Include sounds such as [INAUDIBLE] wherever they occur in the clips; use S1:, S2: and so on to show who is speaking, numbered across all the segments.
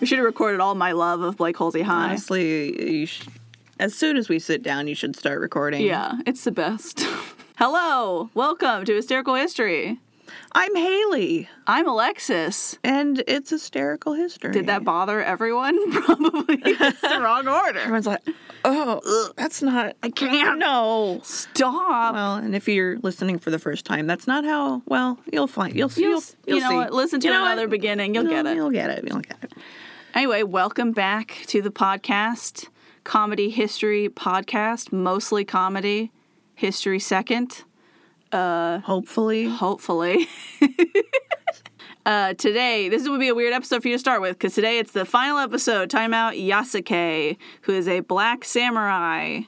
S1: We should have recorded all my love of Blake Halsey High.
S2: Honestly, you sh- as soon as we sit down, you should start recording.
S1: Yeah, it's the best. [LAUGHS] Hello, welcome to Hysterical History.
S2: I'm Haley,
S1: I'm Alexis.
S2: and it's hysterical history.
S1: Did that bother everyone? [LAUGHS] Probably.
S2: [LAUGHS]
S1: It's the wrong order.
S2: Everyone's like, oh, ugh, that's not. I
S1: can't.
S2: No.
S1: Stop.
S2: Well, and if you're listening for the first time, that's not how. Well, you'll find. You'll see.
S1: You'll-
S2: You'll,
S1: you
S2: you'll
S1: know
S2: see.
S1: what? Listen to
S2: You know
S1: another
S2: what?
S1: beginning. You'll
S2: No,
S1: get it.
S2: You'll get it. You'll get it.
S1: Anyway, welcome back to the podcast, Comedy History Podcast, mostly comedy, history second.
S2: Hopefully,
S1: Hopefully. [LAUGHS] uh, today, this would be a weird episode for you to start with because today it's the final episode. Time out Yasuke, who is a black samurai.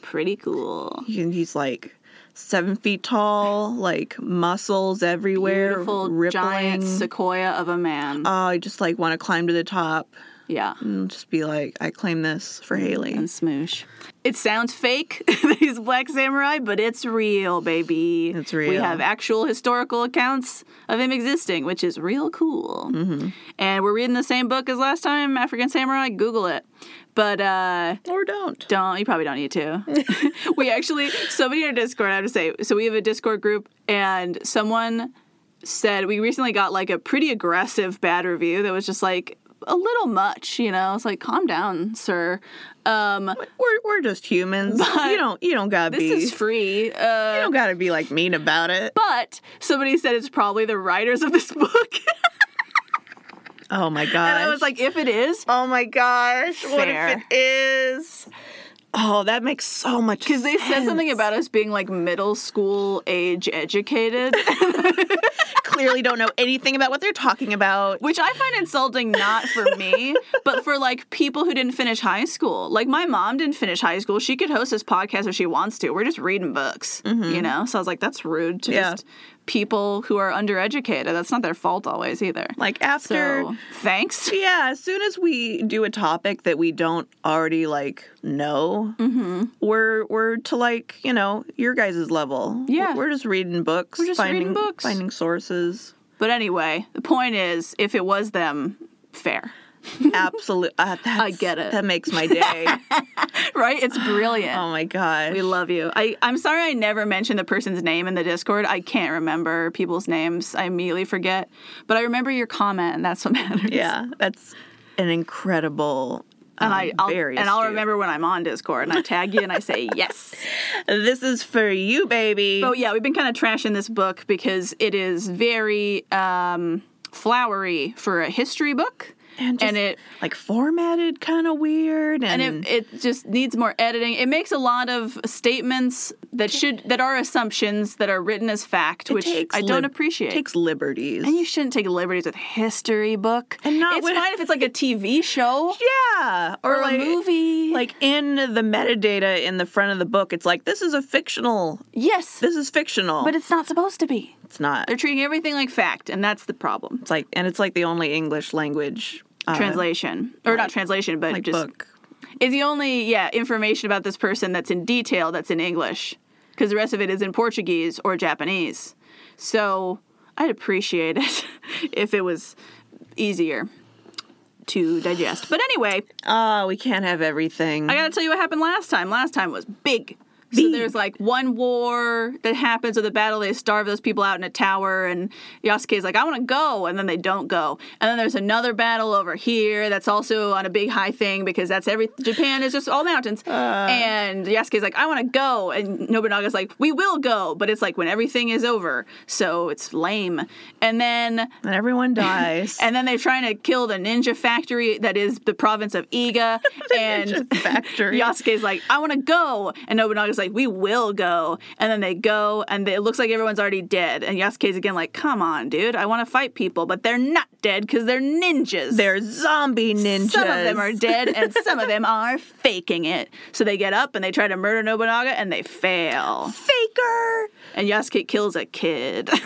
S1: Pretty cool.
S2: he, he's like seven feet tall, like muscles everywhere,
S1: Beautiful
S2: rippling.
S1: giant sequoia of a man.
S2: Oh, I just like want to climb to the top
S1: yeah.
S2: and just be like, I claim this for Haley.
S1: And smoosh. It sounds fake [LAUGHS] that he's a black samurai, but it's real, baby.
S2: It's
S1: We
S2: real.
S1: have actual historical accounts of him existing, which is real cool. Mm-hmm. And we're reading the same book as last time, African Samurai. Google it. But uh,
S2: Or don't.
S1: Don't you probably don't need to. [LAUGHS] we actually somebody in our Discord, I have to say, so we have a Discord group and someone said we recently got like a pretty aggressive bad review that was just like a little much, you know. It's like calm down, sir. Um
S2: We're, we're just humans. you don't you don't gotta
S1: this
S2: be
S1: is free. Uh
S2: you don't gotta be like mean about it.
S1: but somebody said it's probably the writers of this [LAUGHS] book.
S2: Oh my gosh.
S1: and I was like, if it is,
S2: oh my gosh, what if
S1: Fair.
S2: it is? Oh, that makes so much
S1: because they said something about us being like middle school age
S2: [LAUGHS]
S1: educated.
S2: clearly don't know anything about what they're talking [LAUGHS] about.
S1: which I find insulting not for me, but for like people who didn't finish high school. Like my mom didn't finish high school. She could host this podcast if she wants to. We're just reading books, you know. So I was like, that's rude to
S2: Mm-hmm. Yeah.
S1: just people who are undereducated. That's not their fault always either.
S2: Like after
S1: So thanks.
S2: Yeah, as soon as we do a topic that we don't already like know,
S1: Mm-hmm.
S2: we're we're to like you know your guys' level.
S1: Yeah.
S2: we're just reading books.
S1: just
S2: finding,
S1: reading books. [LAUGHS]
S2: finding sources.
S1: But anyway, the point is, if it was them, fair, [LAUGHS]
S2: Absolutely, uh, that's, I
S1: get it.
S2: That makes
S1: [LAUGHS]
S2: my day.
S1: right? It's brilliant.
S2: oh my gosh,
S1: We love you. I, I'm sorry I never mentioned the person's name in the Discord. I can't remember people's names. I immediately forget. But I remember your comment, and that's what [LAUGHS] matters.
S2: yeah, that's an incredible.
S1: And
S2: um,
S1: I I'll,
S2: very
S1: and I'll
S2: astute.
S1: remember when I'm on Discord, and I tag you, and I say [LAUGHS] yes.
S2: This is for you, baby.
S1: But yeah, we've been kind of trashing this book because it is very um, flowery for a history book.
S2: and,
S1: and it-
S2: like formatted kind of weird, and,
S1: and it, it just needs more editing. It makes a lot of statements that should that are assumptions that are written as fact, which
S2: takes
S1: I don't
S2: lib-
S1: appreciate.
S2: takes liberties.
S1: And you shouldn't take liberties with history book.
S2: And not
S1: it's
S2: with-
S1: fine if it's like a TV show
S2: [LAUGHS] yeah,
S1: or,
S2: like,
S1: a movie.
S2: like in the metadata in the front of the book it's like this is a fictional
S1: yes,
S2: this is fictional
S1: but it's not supposed to be.
S2: it's not
S1: They're treating everything like fact, and that's the problem.
S2: it's like and it's like the only english language uh,
S1: Translation, or not translation, but
S2: like
S1: just
S2: book
S1: is the only yeah information about this person that's in detail that's in English, because the rest of it is in Portuguese or Japanese. So I'd appreciate it [LAUGHS] if it was easier to digest. But anyway,
S2: oh we can't have everything
S1: I gotta tell you what happened last time. Last time was big. So
S2: Big.
S1: there's like one war that happens with a battle. They starve those people out in a tower, and Yasuke's like, "I want to go," and then they don't go. And then there's another battle over here that's also on a big high thing because that's every Japan is just all mountains.
S2: Uh.
S1: and Yasuke's like, "I want to go," and Nobunaga's like, "We will go," but it's like when everything is over, so it's lame. And then
S2: and
S1: [LAUGHS]
S2: everyone dies
S1: and then they're trying to kill the ninja factory that is the province of
S2: [LAUGHS]
S1: Iga. and
S2: ninja factory.
S1: Yasuke's like, I want to go. And Nobunaga's like, we will go. And then they go, and they, it looks like everyone's already dead. And Yasuke's again like, come on, dude. I want to fight people, but they're not dead because they're ninjas.
S2: they're zombie ninjas
S1: Some of them are dead, and
S2: [LAUGHS]
S1: some of them are faking it. So they get up and they try to murder Nobunaga, and they fail.
S2: faker
S1: And Yasuke kills a kid. [LAUGHS]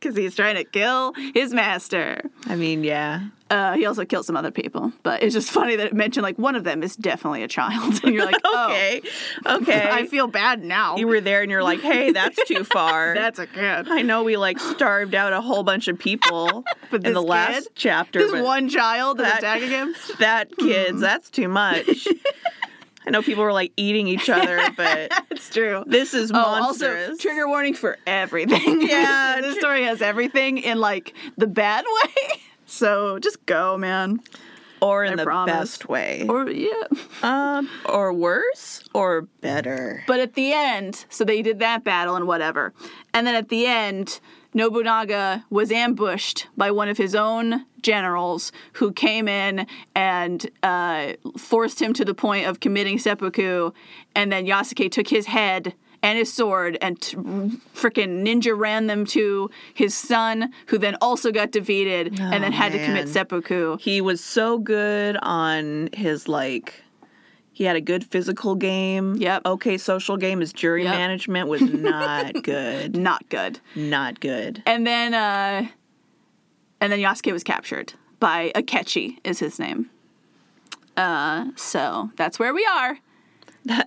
S1: because he's trying to kill his master.
S2: I mean, yeah.
S1: Uh, he also killed some other people, but it's just funny that it mentioned like one of them is definitely a child, [LAUGHS] and you're like, okay,
S2: [LAUGHS] Okay. Okay.
S1: Oh. I feel bad now.
S2: you were there and you're like, hey, that's too
S1: [LAUGHS]
S2: far.
S1: That's a
S2: [LAUGHS]
S1: kid.
S2: I know we like starved out a whole bunch
S1: [LAUGHS]
S2: of people
S1: But
S2: in the
S1: this
S2: last
S1: kid?
S2: chapter.
S1: This
S2: but
S1: one Hmm. child is
S2: that-
S1: attacking him.
S2: [LAUGHS] that kids, that's too much. I know people were like eating each other,
S1: [LAUGHS]
S2: but
S1: [LAUGHS] It's true.
S2: this is
S1: Oh,
S2: monstrous.
S1: also trigger warning for everything.
S2: [LAUGHS] Yeah,
S1: [LAUGHS] this
S2: tr-
S1: story has everything in like the bad [LAUGHS] way. So just go, man.
S2: or in the
S1: promise.
S2: best way. Or,
S1: Or yeah.
S2: um, or worse or better.
S1: But at the end, so they did that battle and whatever. And then at the end, Nobunaga was ambushed by one of his own generals who came in and uh, forced him to the point of committing seppuku. And then Yasuke took his head and his sword and t- freaking ninja ran them to his son, who then also got defeated and then had to commit
S2: man.
S1: seppuku.
S2: he was so good on his like he had a good physical game.
S1: Yep.
S2: Okay, social game. His jury
S1: Yep.
S2: management
S1: [LAUGHS]
S2: was not good.
S1: Not good.
S2: Not good.
S1: And then uh and then Yasuke was captured by Akechi is his name. Uh so that's where we are.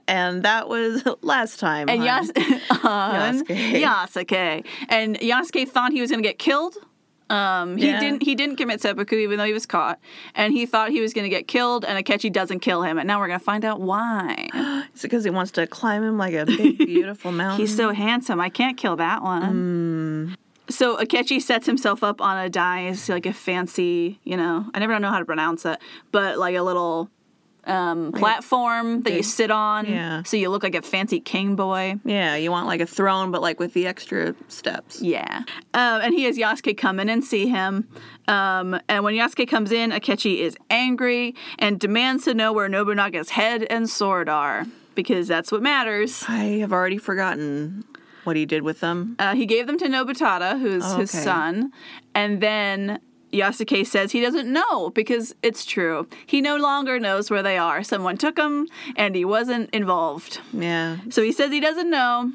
S2: And that was [LAUGHS] last time.
S1: And
S2: hon.
S1: Yas- [LAUGHS] on
S2: Yasuke.
S1: Yasuke. And Yasuke thought he was going to get killed. Um, he
S2: Yeah.
S1: didn't. He didn't commit seppuku, even though he was caught, and he thought he was going to get killed. And Akechi doesn't kill him, and now we're going to find out why.
S2: Is it because he wants to climb him like
S1: [LAUGHS]
S2: a big, beautiful mountain?
S1: He's so handsome. I can't kill that one. So Akechi sets himself up on a dais, like a fancy, you know, I never know how to pronounce it, but like a little um, platform that you sit on.
S2: yeah.
S1: So you look like a fancy king boy.
S2: yeah, you want like a throne, but like with the extra steps.
S1: Yeah. Um, and he has Yasuke come in and see him. Um, and when Yasuke comes in, Akechi is angry and demands to know where Nobunaga's head and sword are because that's what matters.
S2: I have already forgotten what he did with them.
S1: Uh, he gave them to Nobutada, who's
S2: Oh,
S1: his
S2: okay.
S1: son, and then Yasuke says he doesn't know because it's true. He no longer knows where they are. Someone took them, and he wasn't involved.
S2: Yeah.
S1: So he says he doesn't know.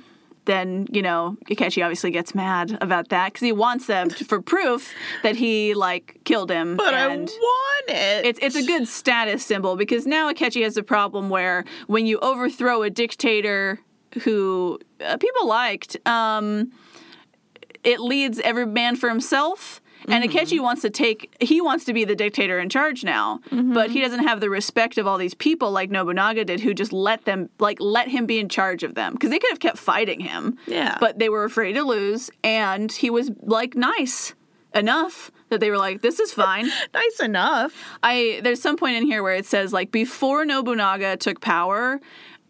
S1: Then you know Ikechi obviously gets mad about that because he wants them to, for proof that he like killed him.
S2: But
S1: and
S2: I want it.
S1: it's it's a good status symbol because now Akechi has a problem where when you overthrow a dictator who uh, people liked, um, it leads every man for himself. And
S2: Mm-hmm.
S1: Akechi wants to take, he wants to be the dictator in charge now,
S2: Mm-hmm.
S1: but he doesn't have the respect of all these people like Nobunaga did who just let them, like, let him be in charge of them. Because they could have kept fighting him.
S2: Yeah.
S1: But they were afraid to lose, and he was, like, nice enough that they were like, this is
S2: [LAUGHS]
S1: fine.
S2: nice enough.
S1: I there's some point in here where it says like before Nobunaga took power,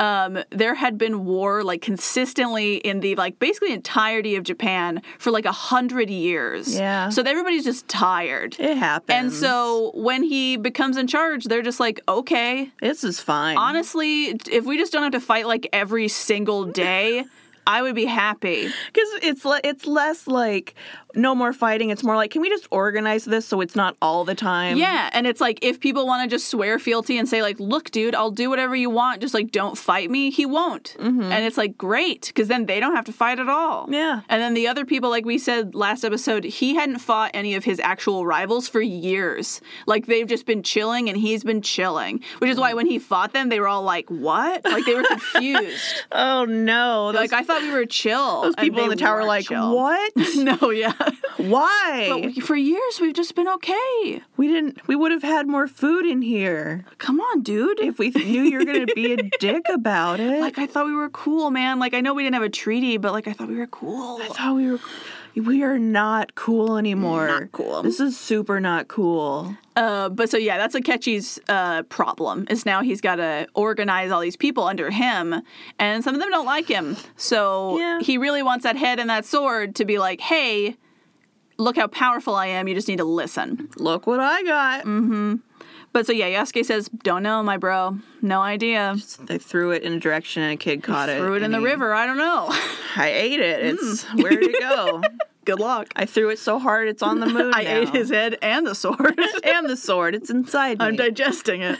S1: um, there had been war like consistently in the like basically entirety of Japan for like a hundred years.
S2: Yeah.
S1: So everybody's just tired.
S2: It happened.
S1: And so when he becomes in charge, they're just like, okay,
S2: this is fine.
S1: honestly, if we just don't have to fight like every single day, I would be happy.
S2: Because it's le- it's less like no more fighting. It's more like can we just organize this so it's not all the time?
S1: Yeah, and it's like if people want to just swear fealty and say like, "Look, dude, I'll do whatever you want, just like don't fight me." He won't, and it's like great because then they don't have to fight at all.
S2: Mm-hmm. Yeah.
S1: and then the other people, like we said last episode, he hadn't fought any of his actual rivals for years. Like they've just been chilling, and he's been chilling, which is why
S2: Mm-hmm.
S1: when he fought them, they were all like, "What?" Like they were confused.
S2: Oh no. [LAUGHS]
S1: like
S2: Those
S1: I thought we were chill. Those
S2: people in the tower are like what?
S1: [LAUGHS] No,
S2: [LAUGHS]
S1: yeah.
S2: Why?
S1: But we- for years, we've just been okay.
S2: we didn't. We would have had more food in here
S1: Come on, dude.
S2: if we knew you were gonna
S1: [LAUGHS]
S2: be a dick about it.
S1: Like I thought we were cool, man. Like I know we didn't have a treaty, but like I thought we were cool.
S2: I thought we were. We are not cool anymore.
S1: Not cool.
S2: This is super not cool.
S1: Uh, but so yeah, that's Akechi's uh, problem. Is now he's got to organize all these people under him, and some of them don't like him. So
S2: Yeah.
S1: he really wants that head and that sword to be like, hey, look how powerful I am. You just need to listen.
S2: Look what I got.
S1: But so yeah, Yasuke says, don't know, my bro, no idea.
S2: They threw it in a direction and a kid caught it.
S1: Threw it in
S2: and
S1: the
S2: he-
S1: river. I don't know. [LAUGHS]
S2: I ate it. It's where would it go?
S1: Good luck.
S2: I threw it so hard it's on the
S1: [LAUGHS]
S2: moon.
S1: I ate
S2: now.
S1: his head and the sword. [LAUGHS]
S2: and the sword. It's inside me.
S1: I'm digesting it.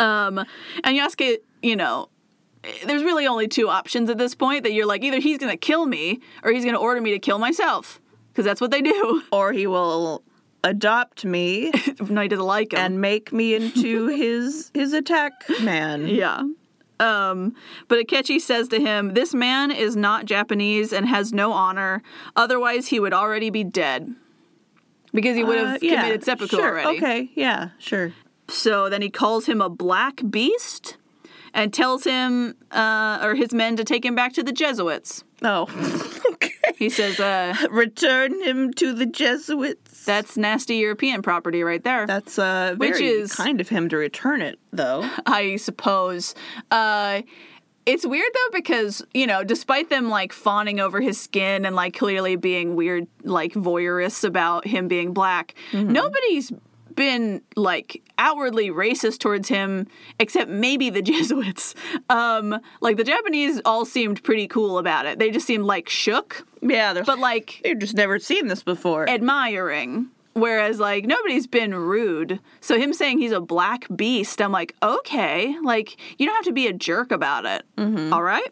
S1: um, and Yasuke, you know, there's really only two options at this point that you're like, either he's going to kill me or he's going to order me to kill myself. because that's what they do. [LAUGHS]
S2: or he will adopt me
S1: no, he doesn't like him.
S2: and make
S1: [LAUGHS]
S2: me into his his attack man.
S1: yeah. Um, but Akechi says to him, This man is not Japanese and has no honor. Otherwise, he would already be dead. Because he would have
S2: Uh, yeah,
S1: committed seppuku
S2: sure,
S1: already.
S2: Okay, yeah, sure.
S1: So then he calls him a black beast and tells him uh, or his men to take him back to the Jesuits.
S2: Oh,
S1: [LAUGHS]
S2: okay.
S1: He says, uh,
S2: [LAUGHS] Return him to the Jesuits.
S1: That's nasty European property right there.
S2: That's uh, very
S1: Which is-
S2: kind of him to return it,
S1: [LAUGHS]
S2: though.
S1: I suppose. Uh, it's weird though because you know, despite them like fawning over his skin and like clearly being weird, like voyeurists about him being black, nobody's been like outwardly racist towards him except maybe the [LAUGHS] Jesuits. Um, like the Japanese all seemed pretty cool about it. They just seemed like shook,
S2: Yeah, they're,
S1: but like
S2: they've just never seen this before.
S1: admiring. Whereas, like, nobody's been rude. So, him saying he's a black beast, I'm like, okay, like, you don't have to be a jerk about it. All right?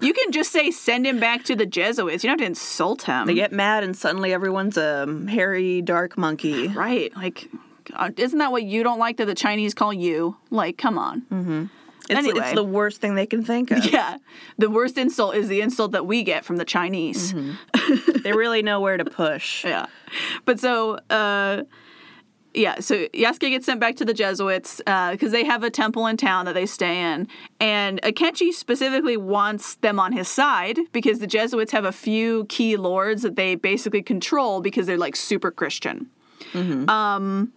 S1: You can just say, send him back to the Jesuits. You don't have to insult him.
S2: they get mad, and suddenly everyone's a hairy, dark monkey.
S1: Right. Like, God, isn't that what you don't like that the Chinese call you? Like, come on.
S2: It's,
S1: Anyway.
S2: it's the worst thing they can think
S1: [LAUGHS]
S2: of.
S1: Yeah. The worst insult is the insult that we get from the Chinese.
S2: they really know where
S1: [LAUGHS]
S2: to push.
S1: Yeah. But so, uh, yeah, so Yasuke gets sent back to the Jesuits because they have a temple in town that they stay in. And Akechi specifically wants them on his side because the Jesuits have a few key lords that they basically control because they're like super Christian. Um,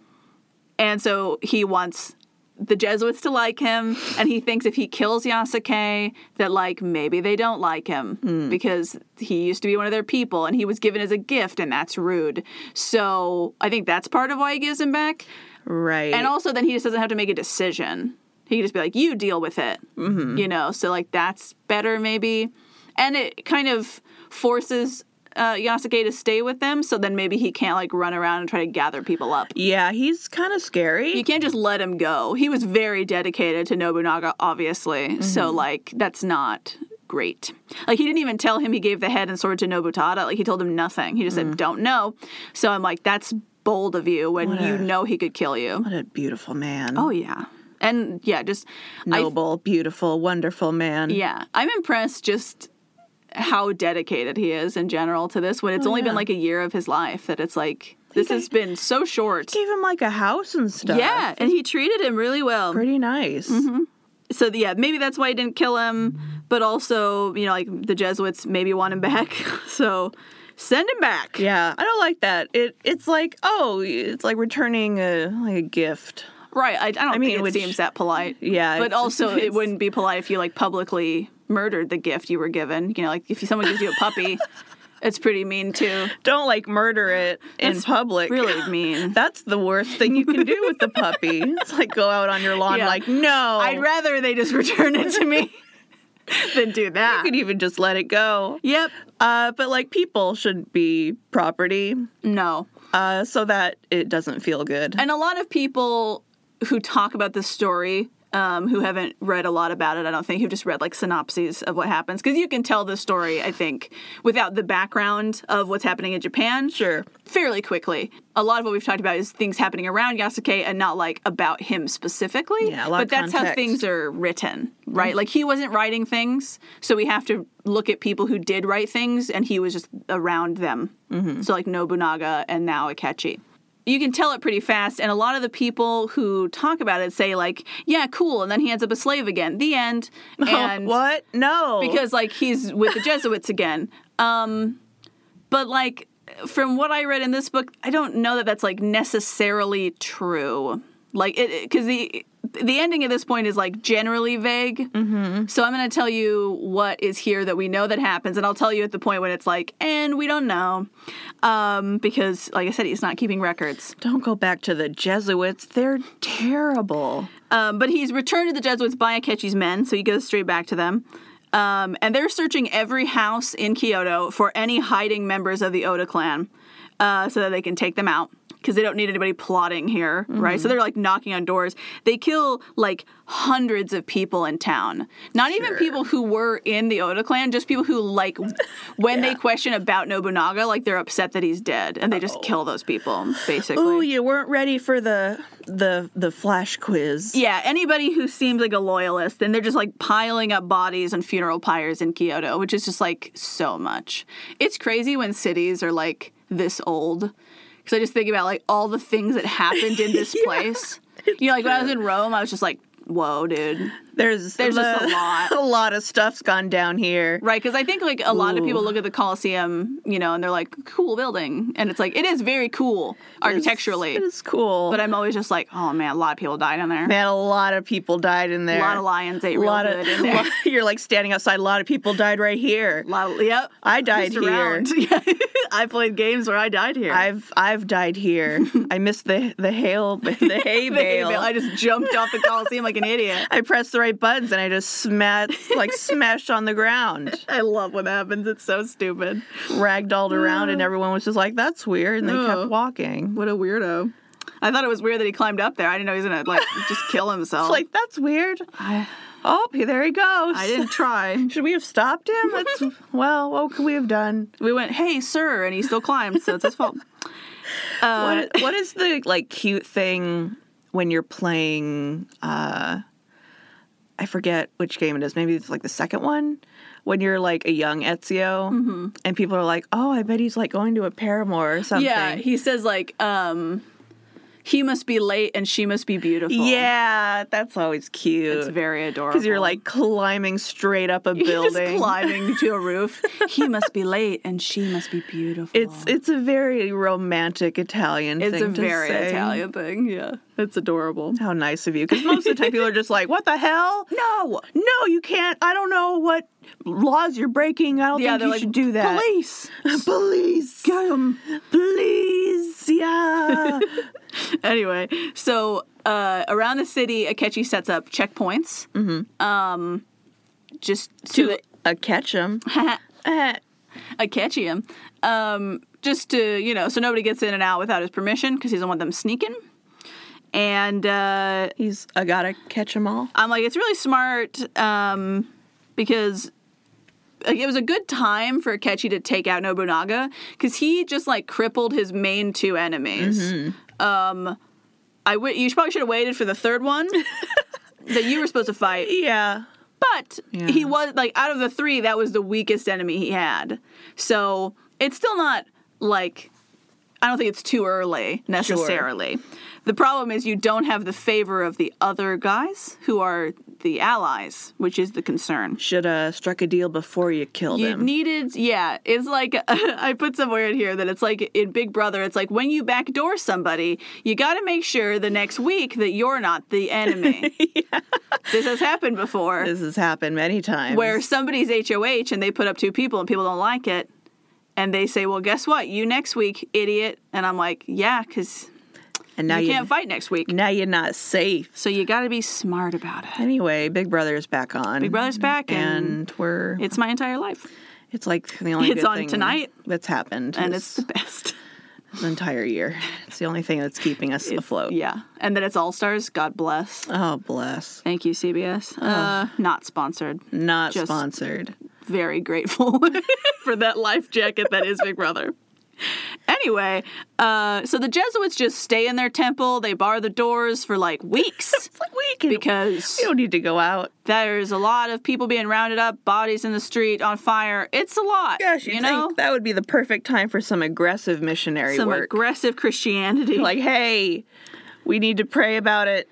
S1: And so he wants the Jesuits to like him, and he thinks if he kills Yasuke, that like maybe they don't like him because he used to be one of their people and he was given as a gift, and that's rude. So I think that's part of why he gives him back.
S2: Right.
S1: And also, then he just doesn't have to make a decision. He can just be like, you deal with it. You know, so like that's better maybe. And it kind of forces uh, Yasuke to stay with them, so then maybe he can't like run around and try to gather people up.
S2: yeah, he's kind of scary.
S1: You can't just let him go. He was very dedicated to Nobunaga, obviously.
S2: Mm-hmm.
S1: So, like, that's not great. Like, he didn't even tell him he gave the head and sword to Nobutada. Like, he told him nothing. He just
S2: Mm.
S1: said, don't know. So, I'm like, that's bold of you when
S2: What
S1: you
S2: a-
S1: know he could kill you.
S2: what a beautiful man.
S1: Oh, yeah. And yeah, just, I,
S2: noble, beautiful, wonderful man.
S1: yeah, I'm impressed just how dedicated he is in general to this when it's only been
S2: Oh, yeah.
S1: like a year of his life that it's like, this
S2: I-
S1: has been so short.
S2: Gave him like a house and stuff.
S1: Yeah, and Mm-hmm. he treated him really well.
S2: Pretty nice.
S1: so the- yeah, maybe that's why he didn't kill him, but also, you know, like the Jesuits maybe want him back. [LAUGHS] So send him back.
S2: Yeah, I don't like that. It it's like oh, it's like returning a like a gift.
S1: Right. I, I don't
S2: mean,
S1: think it
S2: which-
S1: seems that polite.
S2: Yeah,
S1: But
S2: it's- [LAUGHS]
S1: also it
S2: it's-
S1: wouldn't be polite if you like publicly murdered the gift you were given. You know, like if someone gives you a
S2: [LAUGHS]
S1: puppy, it's pretty mean too.
S2: Don't like murder
S1: [GASPS]
S2: it in
S1: That's
S2: public. [LAUGHS]
S1: Really mean.
S2: That's the worst thing you can do with the
S1: [LAUGHS]
S2: puppy. It's like go out on your lawn,
S1: Yeah.
S2: like no.
S1: I'd rather they just [LAUGHS] return it to
S2: [LAUGHS]
S1: me than do that.
S2: you could even just let it go.
S1: Yep.
S2: Uh, but like people should be property,
S1: No.
S2: uh, so that it doesn't feel good.
S1: And a lot of people who talk about this story, um, who haven't read a lot about it, I don't think, who just read like synopses of what happens, because you can tell the story, I think, without the background of what's happening in Japan
S2: sure.
S1: fairly quickly. A lot of what we've talked about is things happening around Yasuke and not like about him specifically.
S2: Yeah, a lot
S1: but
S2: of
S1: that's how
S2: context. Mm-hmm.
S1: things are written, right? Like he wasn't writing things, so we have to look at people who did write things, and he was just around them.
S2: Mm-hmm.
S1: So like Nobunaga and now Akechi. You can tell it pretty fast, and a lot of the people who talk about it say like, "Yeah, cool," and then he ends up a slave again. The end.
S2: [LAUGHS]
S1: And
S2: what? No.
S1: because like he's with the Jesuits again. Um, but like from what I read in this book, I don't know that that's like necessarily true. Like it because the the ending at this point is like generally vague. Mm-hmm. So I'm going to tell you what is here that we know that happens, and I'll tell you at the point when it's like, and we don't know, um, because like I said, he's not keeping records.
S2: don't go back to the Jesuits. They're terrible.
S1: Um, but he's returned to the Jesuits by Akechi's men, so he goes straight back to them. Um, and they're searching every house in Kyoto for any hiding members of the Oda clan uh, so that they can take them out. because they don't need anybody plotting here, right? So they're like knocking on doors. They kill like hundreds of people in town. Not even people who were in the Oda clan, just people who like when they question about Nobunaga, like they're upset that he's dead and they just kill those people basically.
S2: Ooh, you weren't ready for the the the flash quiz.
S1: Yeah, anybody who seems like a loyalist, and they're just like piling up bodies on funeral pyres in Kyoto, which is just like so much. It's crazy when cities are like this old. Because I just think about like all the things that happened in
S2: [LAUGHS]
S1: this place. You know, like when I was in Rome, I was just like, whoa, dude.
S2: There's
S1: There's just a lot.
S2: [LAUGHS] a lot of stuff's gone down here.
S1: Right, because I think like a lot of people look at the Colosseum, you know, and they're like, cool building. And it's like, it is very cool architecturally.
S2: it is cool.
S1: But I'm always just like, oh man, a lot of people died in there.
S2: Man, a lot of people died in there.
S1: a lot of lions ate real
S2: lot
S1: good
S2: of [LAUGHS]
S1: in there.
S2: you're like standing outside. A lot of people died right here.
S1: A lot of, yep.
S2: I died
S1: Just
S2: here.
S1: around. [LAUGHS] I played games where I died here.
S2: I've I've died here. I missed the the hail [LAUGHS] the
S1: [LAUGHS]
S2: hay
S1: The hay
S2: bale.
S1: bale. I just jumped off the Coliseum like an idiot.
S2: I pressed the right buttons and I just smashed like smashed on
S1: [LAUGHS]
S2: the ground,
S1: [LAUGHS] I love what happens. It's so stupid.
S2: ragdolled around, and everyone was just like, "That's weird," and they
S1: Ugh.
S2: kept walking.
S1: What a weirdo. I thought it was weird that he climbed up there. I didn't know he was gonna [LAUGHS] like just kill himself.
S2: It's like that's weird.
S1: I,
S2: Oh, there he goes.
S1: I didn't [LAUGHS] try.
S2: [LAUGHS] Should we have stopped him? That's, well, what could we have done?
S1: We went, hey sir, and he still climbed, so it's his fault. Uh,
S2: what what is the like cute thing when you're playing uh I forget which game it is. Maybe it's like the second one when you're like a young Ezio and people are like, "Oh, I bet he's like going to a paramour or
S1: [LAUGHS]
S2: something."
S1: yeah, he says like, um, he must be late and she must be beautiful.
S2: Yeah, that's
S1: It's
S2: always cute.
S1: very adorable.
S2: Cuz you're
S1: [LAUGHS]
S2: like climbing straight [LAUGHS] up a
S1: You're
S2: building.
S1: Just climbing to a [LAUGHS] roof. he must be late and she must be beautiful.
S2: It's it's a very romantic Italian
S1: It's
S2: thing
S1: a
S2: to
S1: very
S2: say.
S1: Italian thing. Yeah, it's adorable.
S2: How nice of you. Because most of the time people are just like, what the hell?
S1: No.
S2: No, you can't. I don't know what laws you're breaking. I don't
S1: Yeah,
S2: think
S1: they're
S2: you
S1: like
S2: should do that.
S1: police.
S2: [LAUGHS] Police.
S1: Get 'em.
S2: Police. [LAUGHS] Yeah.
S1: Anyway, so uh, around the city, Akechi sets up checkpoints. Mm-hmm. Um, just to the,
S2: uh, catch Eh, him.
S1: [LAUGHS] Akechi him. Um, just to you know, so nobody gets in and out without his permission because he doesn't want them sneaking. And uh,
S2: He's, I gotta catch them all.
S1: I'm like, it's really smart um, because like, it was a good time for Akechi to take out Nobunaga because he just like crippled his main two enemies. Um, I w- you should- probably should have waited for the third one that you were supposed to fight,
S2: Yeah.
S1: but
S2: Yeah.
S1: he was like out of the three, that was the weakest enemy he had. So it's still not like I don't think it's too early necessarily. The problem is you don't have the favor of the other guys who are the allies, which is the concern.
S2: Should have struck a deal before you killed
S1: You
S2: him.
S1: needed, yeah. It's like [LAUGHS] I put somewhere in here that it's like in Big Brother. It's like when you backdoor somebody, you got to make sure the next week that you're not the enemy. This has happened before,
S2: this has happened many times.
S1: where somebody's HOH and they put up two people and people don't like it, and they say, "Well, guess what? You next week, idiot." And I'm like, "Yeah, because
S2: and now
S1: you
S2: you,
S1: can't fight next week,
S2: now you're not safe.
S1: so you got to be smart about it."
S2: Anyway, Big Brother's back on.
S1: Big Brother's back, and,
S2: and we're
S1: it's my entire life,
S2: it's like the only
S1: It's
S2: good
S1: on
S2: thing
S1: tonight,
S2: that's happened
S1: and
S2: this-
S1: it's the
S2: [LAUGHS]
S1: best.
S2: this entire year. It's the only thing that's keeping us afloat.
S1: Yeah, and then it's All Stars. God bless.
S2: Oh, bless.
S1: Thank you, CBS.
S2: Oh.
S1: Uh, not sponsored.
S2: Not
S1: Just-
S2: sponsored.
S1: Very grateful [LAUGHS] for that life jacket that is Big Brother. Anyway, uh, so the Jesuits just stay in their temple. They bar the doors for like
S2: [LAUGHS]
S1: weeks
S2: It's like we can
S1: because
S2: we don't need to go out.
S1: there's a lot of people being rounded up, bodies in the street on fire. It's a lot.
S2: Gosh, you,
S1: you
S2: think
S1: know,
S2: that would be the perfect time for some aggressive missionary
S1: some
S2: work.
S1: aggressive Christianity.
S2: [LAUGHS] like, hey, we need to pray about it.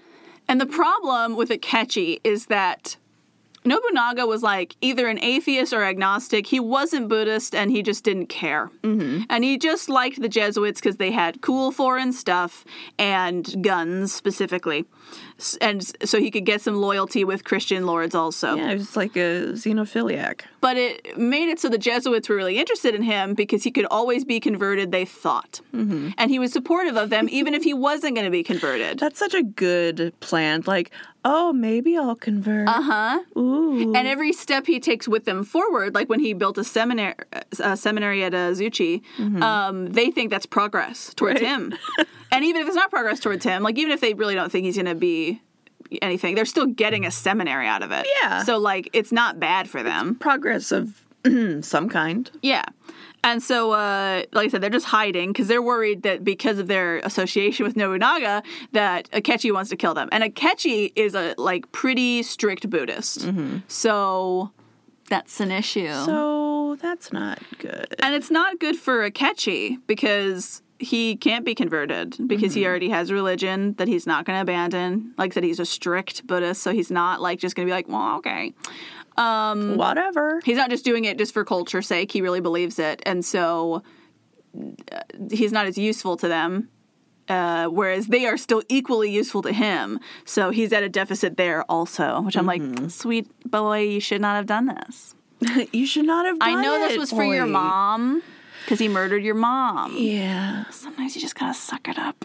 S1: And the problem with Akechi is that Nobunaga was like either an atheist or agnostic. He wasn't Buddhist and he just didn't care. Mm-hmm. And he just liked the Jesuits because they had cool foreign stuff and guns specifically. S- And s- so he could get some loyalty with Christian lords also.
S2: Yeah, it's like a xenophiliac.
S1: But it made it so the Jesuits were really interested in him because he could always be converted, they thought. Mm-hmm. And he was supportive of them even if he wasn't going to be converted.
S2: That's such a good plan. Like, oh, maybe I'll convert.
S1: Uh huh.
S2: Ooh.
S1: And every step he takes with them forward, like when he built a seminary, a seminary at Azuchi,
S2: Mm-hmm.
S1: um, they think that's progress towards
S2: [LAUGHS]
S1: him. and even if it's not progress towards him, like even if they really don't think he's going to be anything, they're still getting a seminary out of it.
S2: Yeah.
S1: So like it's not bad for them.
S2: Progress of [CLEARS THROAT] some kind.
S1: Yeah. And so, uh, like I said, they're just hiding because they're worried that because of their association with Nobunaga, that Akechi wants to kill them. And Akechi is a like pretty strict Buddhist, so that's an issue.
S2: Uh-huh. So that's not good.
S1: and it's not good for Akechi because he can't be converted because he already has religion that he's not going to abandon. Like I said, he's a strict Buddhist, so he's not like just going to be like, well, okay.
S2: Mm. Whatever.
S1: He's not just doing it just for culture's sake. He really believes it, and so uh, he's not as useful to them. Uh, whereas they are still equally useful to him, so he's at a deficit there also. Which I'm
S2: Mm-hmm.
S1: like, sweet boy, you should not have done this.
S2: [LAUGHS] you should not have.
S1: I
S2: done
S1: know this
S2: it,
S1: was for your
S2: boy.
S1: mom because he murdered your mom.
S2: Yeah.
S1: Sometimes you just gotta suck it up.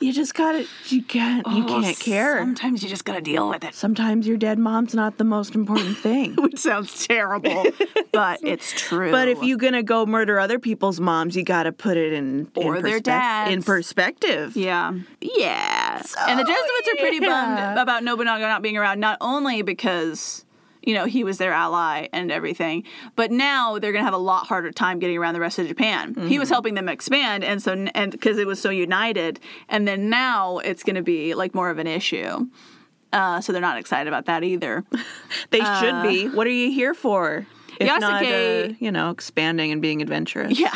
S2: You just gotta. You can't. you
S1: Oh,
S2: can't care.
S1: Sometimes you just gotta deal with it.
S2: Sometimes your dead mom's not the most
S1: [LAUGHS]
S2: important thing.
S1: Which sounds
S2: [LAUGHS]
S1: terrible, but it's true.
S2: But if you're gonna go murder other people's moms, you gotta put it in
S1: Or
S2: in
S1: their
S2: perspec-
S1: dads.
S2: in perspective.
S1: Yeah. Yeah. and the Jesuits are pretty bummed
S2: yeah.
S1: about Nobunaga not being around, not only because, you know, he was their ally and everything, but now they're going to have a lot harder time getting around the rest of Japan. He was helping them expand, and so, and because it was so united, and then now it's going to be like more of an issue. Uh, so they're not excited about that either.
S2: They should be. What are you here for? If not,
S1: Uh. Yasuke-
S2: uh, you know, expanding and being adventurous.
S1: yeah.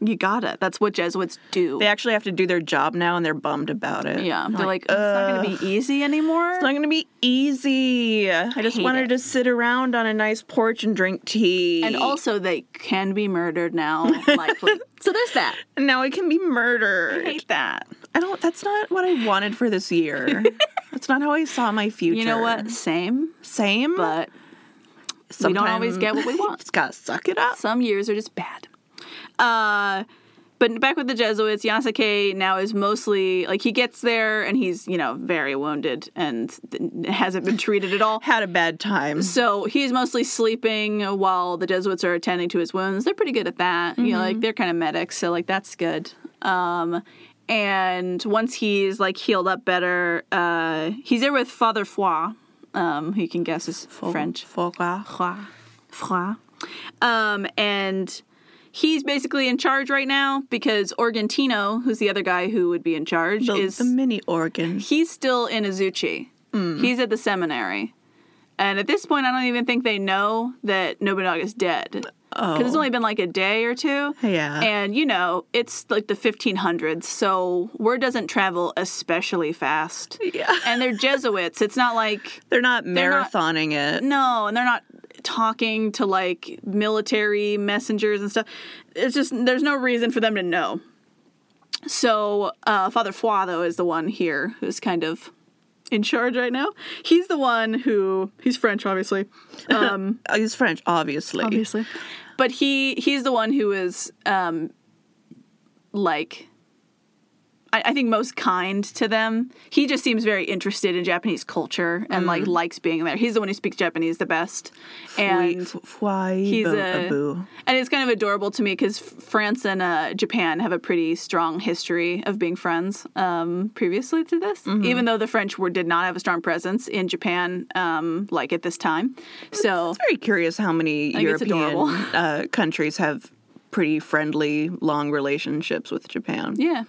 S1: You got it. That's what Jesuits do.
S2: They actually have to do their job now, and they're bummed about it.
S1: yeah. They're like, it's
S2: "Ugh,
S1: not going to be easy anymore.
S2: it's not going to be easy. I just
S1: hate
S2: wanted
S1: it.
S2: to sit around on a nice porch and drink tea.
S1: And also, they can be murdered now, likely. so there's that.
S2: And now I can be murdered.
S1: I hate that.
S2: I don't. That's not what I wanted for
S1: [LAUGHS]
S2: this year. that's not how I saw my future.
S1: You know what? Same,
S2: Same,
S1: but we don't always get
S2: sometime-
S1: what we want.
S2: [LAUGHS] just gotta suck it up.
S1: Some years are just bad. Uh, but back with the Jesuits, Yasuke now is mostly like he gets there and he's you know very wounded and th- hasn't been treated at all.
S2: Had a bad time.
S1: So he's mostly sleeping while the Jesuits are attending to his wounds. They're pretty good at that. You know, like they're kind of medics, so like that's good. Um, and once he's like healed up better, uh, he's there with Father Foy. Um, who you can guess is French.
S2: Au revoir.
S1: Foy. Foy. Um, and he's basically in charge right now because Organtino, who's the other guy who would be in charge,
S2: The,
S1: is
S2: the mini organ.
S1: he's still in Azuchi.
S2: Mm.
S1: He's at the seminary. And at this point, I don't even think they know that Nobunaga's dead. Because it's only been like a day or two.
S2: Oh. Yeah.
S1: And, you know, it's like the 1500s, so word doesn't travel especially
S2: [LAUGHS]
S1: fast.
S2: Yeah.
S1: And they're Jesuits. It's not like,
S2: They're not
S1: not-
S2: marathoning it.
S1: no, and they're not talking to like military messengers and stuff. It's just, there's no reason for them to know. So, uh, Father Foy, though, is the one here who's kind of in charge right now. He's the one who, he's French, obviously.
S2: Uh, He's French, obviously.
S1: Obviously. But he he's the one who is um like I, I think most kind to them. He just seems very interested in Japanese culture and like likes being there. He's the one who speaks Japanese the best.
S2: Fui-
S1: And
S2: f- fui
S1: he's
S2: bo-
S1: a-
S2: abu.
S1: and it's kind of adorable to me because France and uh, Japan have a pretty strong history of being friends um, previously to this, even though the French were did not have a strong presence in Japan um, like at this time. So
S2: Very curious how many
S1: think it's
S2: European
S1: adorable.
S2: uh, countries have pretty friendly, long relationships with Japan,
S1: yeah,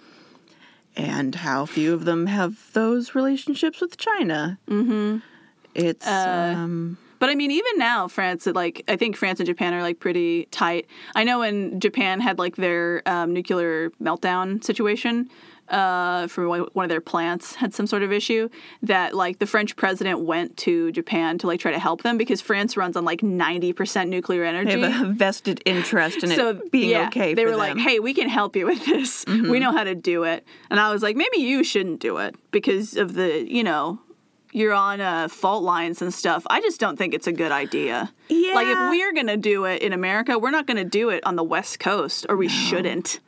S2: and how few of them have those relationships with China. Mm-hmm. It's
S1: Uh,
S2: um,
S1: But I mean, even now, France, it, like, I think France and Japan are like pretty tight. I know when Japan had like their um, nuclear meltdown situation uh, for one one of their plants had some sort of issue, that like the French president went to Japan to like try to help them because France runs on like 90% nuclear energy.
S2: they have a [LAUGHS] vested interest in
S1: so
S2: it being
S1: yeah,
S2: okay.
S1: they
S2: for
S1: were like,
S2: them. Mm-hmm.
S1: "Hey, we can help you with this. We know how to do it." And I was like, "Maybe you shouldn't do it because of the, you know, you're on uh, fault lines and stuff. I just don't think it's a good idea. Like if
S2: Yeah.
S1: we're gonna do it in America, we're not gonna do it on the West Coast, or we shouldn't.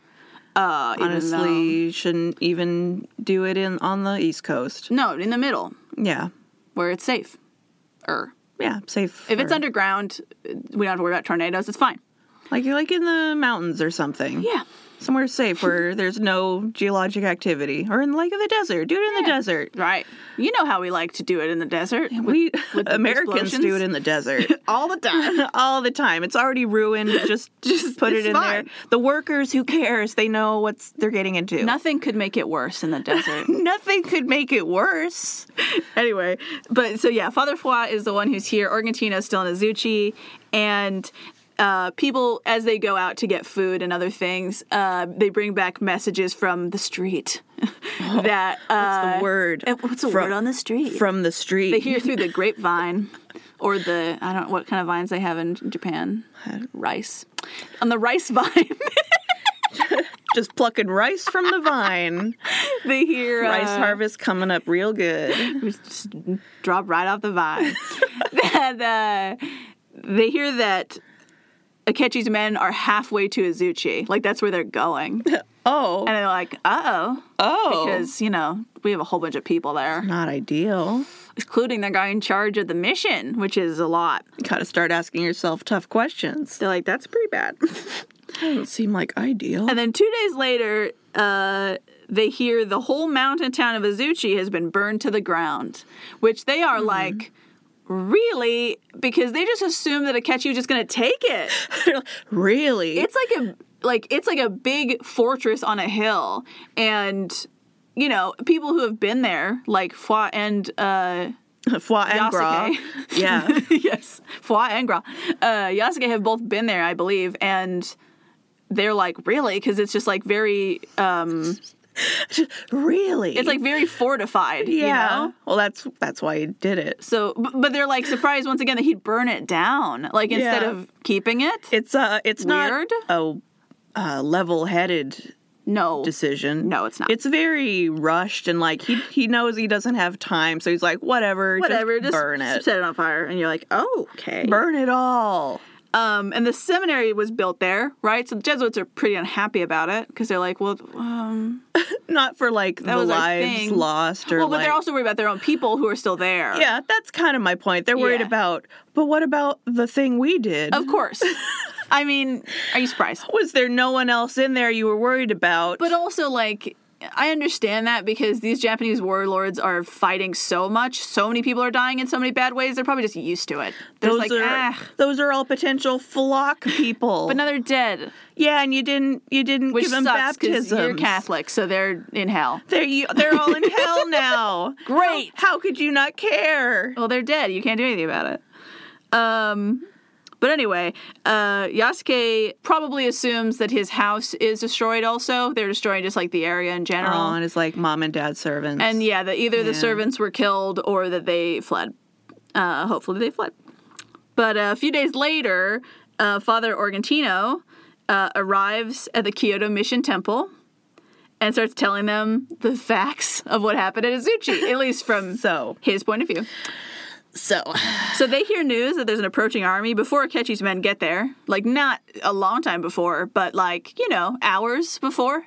S1: Uh, even though-
S2: honestly, shouldn't even do it in on the East Coast.
S1: no, in the middle.
S2: Yeah.
S1: where it's safe. Er.
S2: Yeah. Safe.
S1: If it's
S2: for-
S1: underground, we don't have to worry about tornadoes. It's fine.
S2: like like in the mountains or something.
S1: Yeah.
S2: Somewhere
S1: [LAUGHS]
S2: safe where there's no geologic activity. Or in like the desert. Do it in the
S1: Yeah.
S2: desert.
S1: Right. You know how we like to do it in the desert.
S2: we
S1: with the
S2: [LAUGHS] Americans do
S1: explosions?
S2: it in the desert.
S1: [LAUGHS] all the time.
S2: [LAUGHS] all the time. It's already ruined. Just
S1: [LAUGHS]
S2: just put it
S1: it's
S2: in
S1: fine.
S2: there. The workers, who cares? They know what's they're getting into.
S1: Nothing could make it worse
S2: [LAUGHS]
S1: in the desert.
S2: Nothing could make it worse.
S1: anyway, but so yeah, Father Foy is the one who's here. Organtino is still in Azuchi, and uh, people as they go out to get food and other things, uh, they bring back messages from the
S2: [LAUGHS]
S1: street. that uh,
S2: the word?
S1: eh, What's the
S2: From-
S1: word on the street?
S2: From the
S1: they
S2: street.
S1: hear through the
S2: [LAUGHS]
S1: grapevine, or the I don't know what kind of vines they have in Japan. Rice on the rice [LAUGHS] vine.
S2: Just plucking rice from the
S1: [LAUGHS]
S2: vine.
S1: they hear
S2: rice
S1: uh,
S2: harvest coming up real
S1: [LAUGHS]
S2: good.
S1: Just- just drop right off the vine. [LAUGHS] that uh, they hear that Akechi's men are halfway to Azuchi, like that's where they're going, and
S2: Oh.
S1: they're like, "Uh oh,"
S2: oh.
S1: because you know we have a whole bunch of people there,
S2: not ideal.
S1: including the guy in charge of the mission, which is a lot.
S2: You gotta start asking yourself tough questions.
S1: They're like, "That's [LAUGHS] pretty bad."
S2: Doesn't seem like ideal.
S1: and then two days later, uh, they hear the whole mountain town of Azuchi has been burned to the ground, which they are like. Really? Because they just assume that Akechi was just going to take it.
S2: really?
S1: it's like a like it's like a big fortress on a hill and you know people who have been there like Foy and uh [LAUGHS]
S2: [LAUGHS] Foie and gras.
S1: Yasuke. [LAUGHS]
S2: Yeah.
S1: yes Foy and Gra uh Yasuke have both been there I believe and they're like really because it's just like very um
S2: really?
S1: it's like very fortified
S2: yeah.
S1: you know
S2: Well, that's that's why he did it.
S1: so b- but they're like surprised once again that he'd burn it down like instead
S2: Yeah.
S1: of keeping it
S2: It's uh it's
S1: Weird?
S2: not a uh, level-headed
S1: no
S2: decision.
S1: No, it's not.
S2: It's very rushed and like he he knows he doesn't have time, so he's like whatever,
S1: whatever
S2: just,
S1: just
S2: burn it.
S1: set it on fire and you're like oh okay
S2: Burn it all.
S1: Um, and the seminary was built there, right? So the Jesuits are pretty unhappy about it because they're like, well, um,
S2: Not for like the
S1: was our
S2: lives
S1: thing.
S2: lost or
S1: well, but
S2: like
S1: they're also worried about their own people who are still there.
S2: Yeah, that's kind of my point. They're worried
S1: Yeah.
S2: about but what about the thing we did?
S1: of
S2: [LAUGHS]
S1: course. I mean, are you surprised?
S2: Was there no one else in there you were worried about?
S1: But also, like, I understand that because these Japanese warlords are fighting so much, so many people are dying in so many bad ways. They're probably just used to it. They're
S2: those
S1: just like,
S2: are
S1: ah,
S2: those are all potential flock
S1: [LAUGHS]
S2: people.
S1: but now they're dead,
S2: yeah, and you didn't you didn't
S1: which
S2: give them
S1: sucks because
S2: baptism.
S1: you're Catholic, so they're in hell.
S2: They're you, they're all in
S1: [LAUGHS]
S2: hell now.
S1: Great.
S2: How could you not care?
S1: Well, they're dead. You can't do anything about it. Um, but anyway, uh, Yasuke probably assumes that his house is destroyed. Also, they're destroying just like the area in general.
S2: Oh, and it's like mom and dad servants.
S1: and yeah, that either the
S2: Yeah.
S1: servants were killed or that they fled. Uh, hopefully, they fled. But uh, a few days later, uh, Father Organtino uh, arrives at the Kyoto Mission Temple and starts telling them the facts of what happened at Azuchi, at least from
S2: so
S1: his point of view.
S2: so
S1: So they hear news that there's an approaching army before Akechi's men get there. Like, not a long time before, but like, you know, hours before.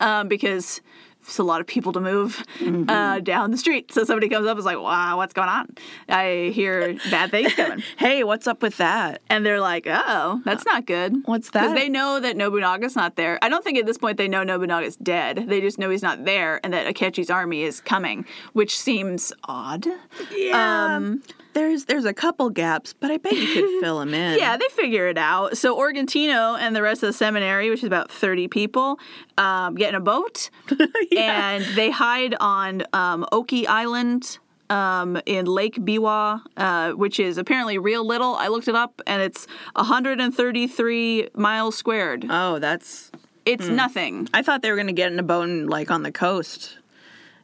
S1: Um, because it's a lot of people to move
S2: Mm-hmm.
S1: uh, down the street. So somebody comes up and is like, wow, what's going on? I hear bad things
S2: [LAUGHS]
S1: coming.
S2: hey, what's up with that?
S1: and they're like, oh, that's not good.
S2: What's
S1: Because
S2: that?
S1: they know that Nobunaga's not there. I don't think at this point they know Nobunaga's dead. They just know he's not there and that Akechi's army is coming, which seems odd.
S2: Yeah. um, there's there's a couple gaps, but I bet you
S1: [LAUGHS]
S2: could fill them in.
S1: Yeah, they figure it out. So Organtino and the rest of the seminary, which is about thirty people, um, get in a boat and they hide on um, Oki Island um, in Lake Biwa, uh, which is apparently real little. I looked it up, and it's 133 miles squared.
S2: Oh, that's.
S1: It's nothing.
S2: I thought they were gonna get in a bone like on the coast,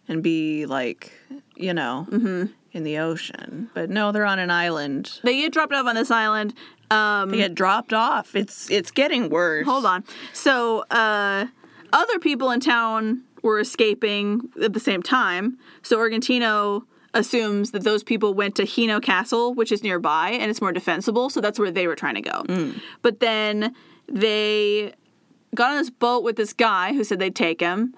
S2: and be like, you know,
S1: Mm-hmm.
S2: in the ocean. But no, they're on an island.
S1: They get dropped off on this island. Um,
S2: They get dropped off. It's it's getting worse.
S1: Hold on. So, uh, other people in town were escaping at the same time. So, Argentino assumes that those people went to Hino Castle, which is nearby and it's more defensible. So, that's where they were trying to go. But then they got on this boat with this guy who said they'd take him,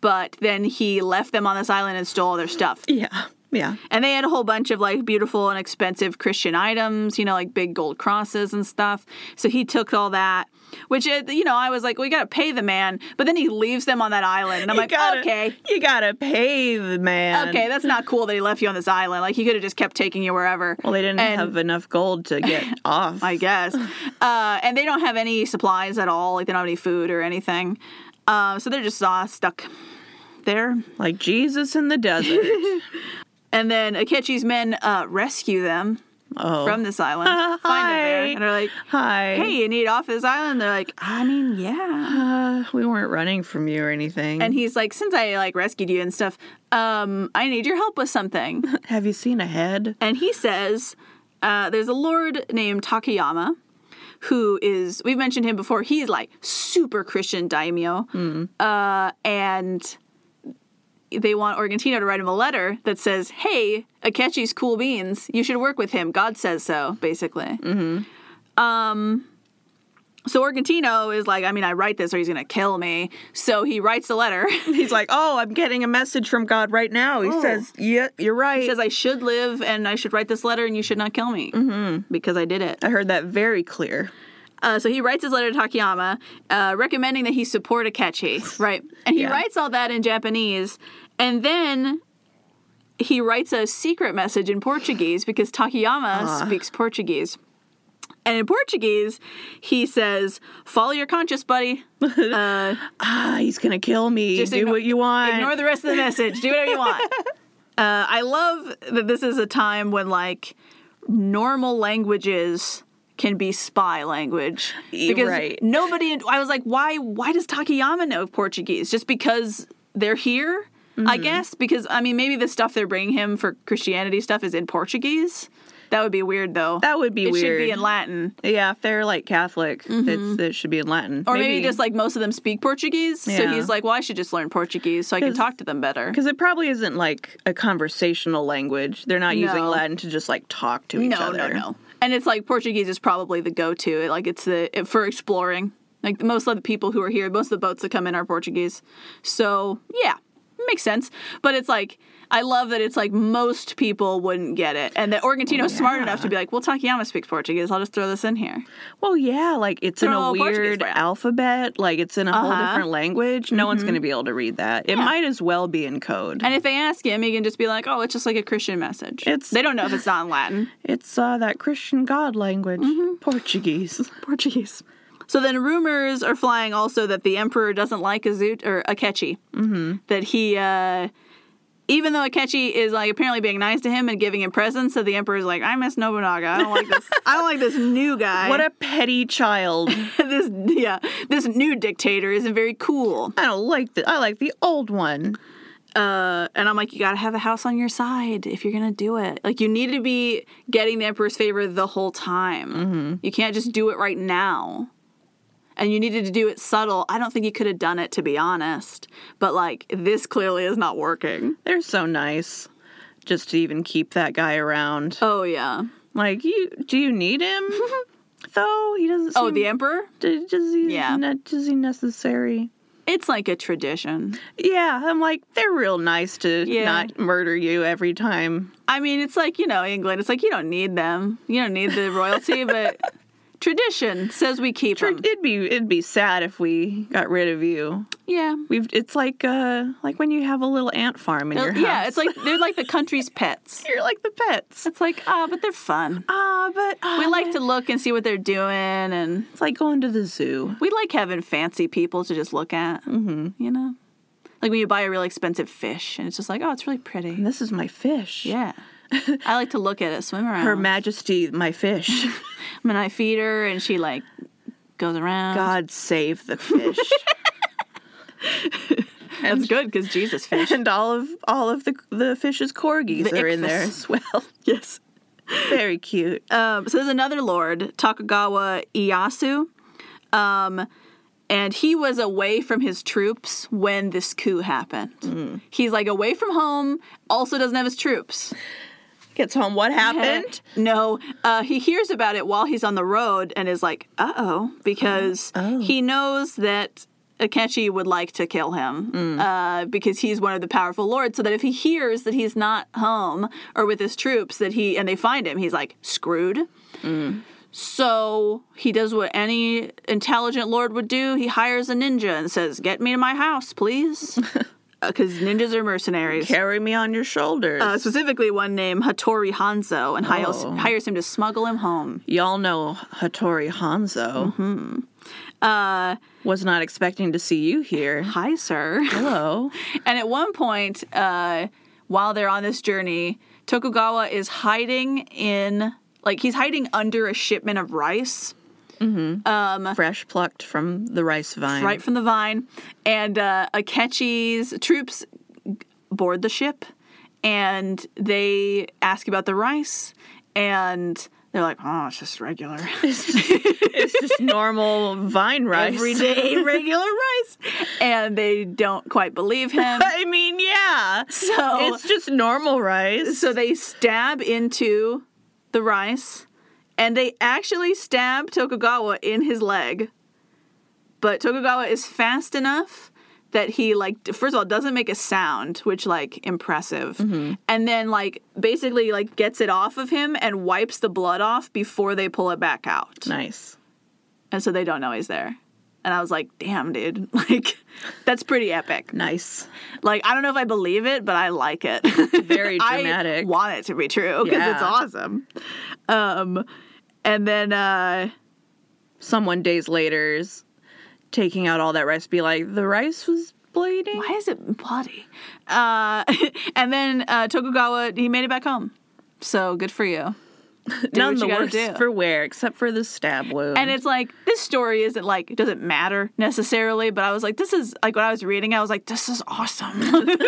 S1: but then he left them on this island and stole all their stuff.
S2: Yeah. Yeah.
S1: And they had a whole bunch of like beautiful and expensive Christian items, you know, like big gold crosses and stuff. So he took all that, which, uh, you know, I was like, we got to pay the man. But then he leaves them on that island. And I'm
S2: You
S1: like,
S2: gotta-
S1: okay.
S2: You gotta pay the man.
S1: Okay, that's not cool that he left you on this island. Like, he could have just kept taking you wherever.
S2: Well, they didn't
S1: And-
S2: have enough gold
S1: [LAUGHS]
S2: to get off.
S1: I
S2: [LAUGHS]
S1: guess. Uh, and they don't have any supplies at all. Like they don't have any food or anything. Uh, so they're just uh, stuck there.
S2: like Jesus in
S1: [LAUGHS]
S2: the desert.
S1: And then Akechi's men uh, rescue them
S2: Oh.
S1: from this island,
S2: Uh,
S1: find them there,
S2: [LAUGHS] hi.
S1: and they're like,
S2: Hi.
S1: "Hey, you need off this island?" They're like, "Ah." "I mean, yeah."
S2: Uh, [SIGHS] we weren't running from you or anything.
S1: And he's like, "Since I like rescued you and stuff, um, I need your help with something."
S2: have you seen a
S1: [LAUGHS]
S2: head?
S1: and he says uh, there's a lord named Takayama who is we've mentioned him before he's like super christian daimyo uh, and they want Argentina to write him a letter that says hey akechi's cool beans you should work with him god says so basically mm-hmm. um, so Argentino is like, I mean, I write this or he's gonna kill me. So he writes a letter. [LAUGHS]
S2: He's like, oh, I'm getting a message from God right now. He says, yeah, you're right.
S1: Oh. he says, I should live and I should write this letter and you should not kill me mm-hmm. because I did it.
S2: I heard that very clear.
S1: Uh, so he writes his letter to Takayama, uh, recommending that he support Akechi, right? And he
S2: Yeah.
S1: writes all that in Japanese, and then he writes a secret message in Portuguese because Takayama speaks Portuguese. And in Portuguese, he says, "Follow your conscience, buddy. Uh,
S2: Ah, he's gonna kill me.
S1: Just
S2: Do
S1: igno-
S2: what you want.
S1: ignore the rest of the message. Do whatever you want."
S2: [LAUGHS]
S1: Uh, I love that this is a time when like normal languages can be spy language
S2: Y-
S1: because
S2: right.
S1: nobody. In, I was like, why? Why does Takayama know Portuguese? Just because they're here. I
S2: Mm-hmm.
S1: guess because I mean maybe the stuff they're bringing him for Christianity stuff is in Portuguese. That would be weird though.
S2: That would be
S1: it
S2: weird.
S1: should be in Latin,
S2: yeah, if they're like Catholic, it's, it should be in Latin.
S1: or maybe. just like most of them speak Portuguese. So
S2: Yeah.
S1: he's like, well, I should just learn Portuguese so I can
S2: 'Cause-
S1: talk to them better.
S2: because it probably isn't like a conversational language. They're not using
S1: No.
S2: Latin to just like talk to each
S1: no,
S2: other.
S1: no, no. And it's like Portuguese is probably the go-to. Like it's the it, for exploring. Like most of the people who are here, most of the boats that come in are Portuguese. So yeah, makes sense. But it's like I love that it's like most people wouldn't get it, and that Organtino's smart enough to be like, well, Takayama speaks Portuguese. I'll just throw this in here.
S2: Well, yeah, like it's in
S1: They're all
S2: a
S1: Portuguese
S2: weird
S1: brand.
S2: alphabet. Like it's in a whole
S1: Uh-huh. Mm-hmm.
S2: different language. No one's going to be able to read that. It might as well be in code.
S1: And if they ask him, he can just be like, oh, it's just like a Christian message.
S2: It's-
S1: they don't know if it's not in Latin.
S2: It's uh, that Christian God language, Portuguese.
S1: Mm-hmm. [LAUGHS] Portuguese. So then rumors are flying also that the emperor doesn't like Azut or Akechi. Mm-hmm. That he, uh, even though Akechi is like apparently being nice to him and giving him presents, so the emperor's like, I miss Nobunaga. I don't like this. I don't like this new guy. [LAUGHS]
S2: What a petty child! [LAUGHS]
S1: this yeah, this new dictator isn't very cool.
S2: I don't like the. I like the old one.
S1: Uh, and I'm like, you gotta have the house on your side if you're gonna do it. Like, you need to be getting the emperor's favor the whole time. You can't just do it right now. And you needed to do it subtle. I don't think you could have done it, to be honest. But like, this clearly is not working.
S2: They're so nice, just to even keep that guy around.
S1: Oh yeah.
S2: Like you, do you need him?
S1: [LAUGHS]
S2: Though he doesn't. Seem,
S1: Oh, the emperor.
S2: d- does he?
S1: Yeah.
S2: ne- does he necessary?
S1: It's like a tradition.
S2: Yeah, I'm like they're real nice to
S1: Yeah.
S2: not murder you every time.
S1: I mean, it's like you know, England. It's like you don't need them. You don't need the [LAUGHS] royalty, but tradition says we keep them.
S2: It'd be it'd be sad if we got rid of you.
S1: yeah.
S2: We've it's like uh like when you have a little ant farm in your house.
S1: Yeah, it's like they're like the country's pets.
S2: [LAUGHS] you're like the
S1: [LAUGHS]
S2: pets.
S1: It's like, ah, but they're fun.
S2: Ah, but ah,
S1: We like to look and see what they're doing, and
S2: It's like going to the zoo.
S1: we like having fancy people to just look at. Mm-hmm. You know, like when you buy a really expensive fish, and it's just like, oh, it's really pretty.
S2: And this is my fish. [LAUGHS]
S1: Yeah, I like to look at it swim around.
S2: Her Majesty, my
S1: [LAUGHS]
S2: fish. [LAUGHS]
S1: I mean, I feed her, and she like goes around.
S2: God save
S1: [LAUGHS]
S2: the fish.
S1: that's good because Jesus
S2: [LAUGHS]
S1: fish.
S2: and all of all of the the fish's corgis
S1: The
S2: are in there
S1: ichthys.
S2: as well.
S1: [LAUGHS] yes.
S2: Very cute.
S1: Um, so there's another lord, Takagawa Ieyasu, um, and he was away from his troops when this coup happened.
S2: Mm.
S1: He's like away from home, also doesn't have his troops.
S2: Gets home. What happened?
S1: [LAUGHS] No, uh, he hears about it while he's on the road and is like, uh oh, because he knows that Akechi would like to kill him uh, because he's one of the powerful lords. So that if he hears that he's not home or with his troops, that he and they find him, he's like screwed. So he does what any intelligent lord would do. He hires a ninja and says, "Get me to my house, please," because ninjas are mercenaries.
S2: Carry me on your shoulders.
S1: Uh, specifically, one named Hattori Hanzo, and hires,
S2: Oh.
S1: hires him to smuggle him home.
S2: Y'all know Hattori Hanzo.
S1: Mm-hmm. Uh,
S2: Was not expecting to see
S1: [SIGHS]
S2: you here.
S1: hi, sir. [LAUGHS]
S2: Hello.
S1: And at one point, uh, while they're on this journey, Tokugawa is hiding in, like, he's hiding under a shipment of rice
S2: Fresh plucked from the rice vine.
S1: Um, right from the vine. And uh, Akechi's troops g- board the ship and they ask about the rice. And they're like, oh, it's just regular. [LAUGHS]
S2: It's [LAUGHS] just normal vine
S1: [LAUGHS]
S2: rice.
S1: Everyday regular rice. And they don't quite believe
S2: [LAUGHS]
S1: him.
S2: I mean, yeah.
S1: Um, So
S2: It's just normal rice.
S1: So they stab into the rice, and they actually stab Tokugawa in his leg. But Tokugawa is fast enough that he like d- first of all doesn't make a sound, which like impressive, and then like basically like gets it off of him and wipes the blood off before they pull it back out,
S2: Nice.
S1: and so they don't know he's there. And I was like, damn, dude, [LAUGHS] like that's pretty epic.
S2: Nice.
S1: Like, I don't know if I believe it, but I like it.
S2: Very
S1: [LAUGHS] I
S2: dramatic.
S1: want it to be true because it's
S2: Yeah.
S1: awesome. Um, and then uh,
S2: Someone days later is taking out all that rice, be like, the rice was bleeding.
S1: why is it bloody? Uh, [LAUGHS] and then uh, Tokugawa he made it back home. So good for you. Do
S2: None
S1: what
S2: the
S1: you gotta
S2: worse
S1: do.
S2: for wear, except for the stab wound.
S1: And it's like this story isn't like it doesn't matter necessarily, but I was like, this is like when I was reading, it, I was like, this is awesome. [LAUGHS]
S2: it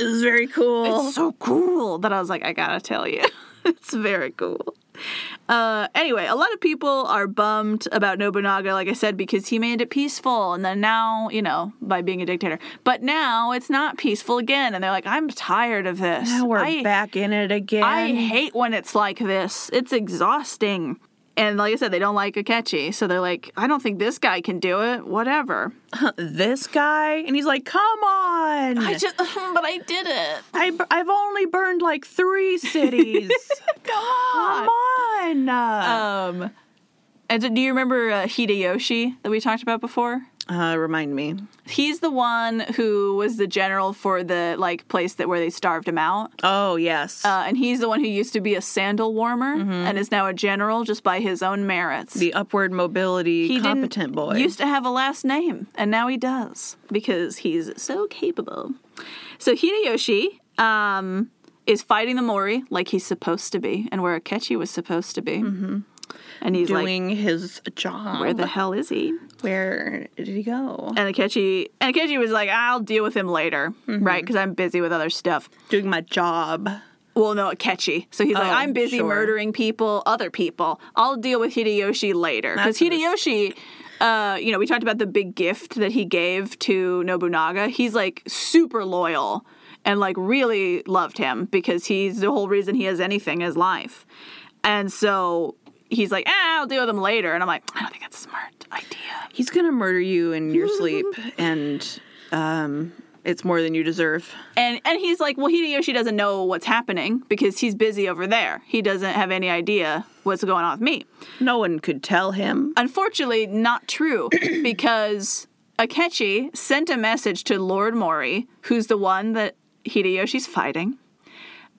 S2: was very cool.
S1: it's so cool that I was like, I gotta tell you, [LAUGHS] it's very cool. Uh, anyway, a lot of people are bummed about Nobunaga, like I said, because he made it peaceful, and then now, you know, by being a dictator. But now it's not peaceful again, and they're like, I'm tired of this.
S2: Now we're
S1: I,
S2: back in it again.
S1: I hate when it's like this. It's exhausting. And like I said, they don't like Akechi, so they're like, I don't think this guy can do it. Whatever.
S2: this guy, and he's like, "Come on!
S1: I just, [LAUGHS] but I did it.
S2: I, have only burned like
S1: [LAUGHS]
S2: three cities.
S1: Come on.
S2: Come on! Uh,
S1: Um, and do- do you remember uh, Hideyoshi that we talked about before?
S2: Uh, remind me.
S1: He's the one who was the general for the like place that where they starved him out,
S2: Oh yes,
S1: uh, and he's the one who used to be a sandal warmer and is now a general just by his own merits.
S2: Mm-hmm. the upward mobility
S1: he didn't-
S2: competent boy.
S1: used to have a last name, and now he does because he's so capable. So Hideyoshi um, is fighting the Mori like he's supposed to be, and where Akechi was supposed to be, mm-hmm. and he's like,
S2: doing his job.
S1: "Where the hell is he?"
S2: Where did he go?
S1: And Akechi, and Akechi was like, I'll deal with him later,
S2: Mm-hmm.
S1: right? Because I'm busy with other stuff.
S2: Doing my job.
S1: Well, no, Akechi. So he's like,
S2: Oh,
S1: I'm busy
S2: sure.
S1: murdering people, other people. I'll deal with Hideyoshi later. Because
S2: That's what
S1: Hideyoshi, uh, you know, we talked about the big gift that he gave to Nobunaga. He's like super loyal and like really loved him because he's the whole reason he has anything in his life. And so he's like, eh, I'll deal with him later. And I'm like, I don't think that's a smart idea.
S2: He's gonna murder you in your
S1: [LAUGHS]
S2: sleep, and um, it's more than you deserve.
S1: And and he's like, well, Hideyoshi doesn't know what's happening because he's busy over there. He doesn't have any idea what's going on with me.
S2: No one could tell him.
S1: Unfortunately, not true because Akechi sent a message to Lord Mori, who's the one that Hideyoshi's fighting,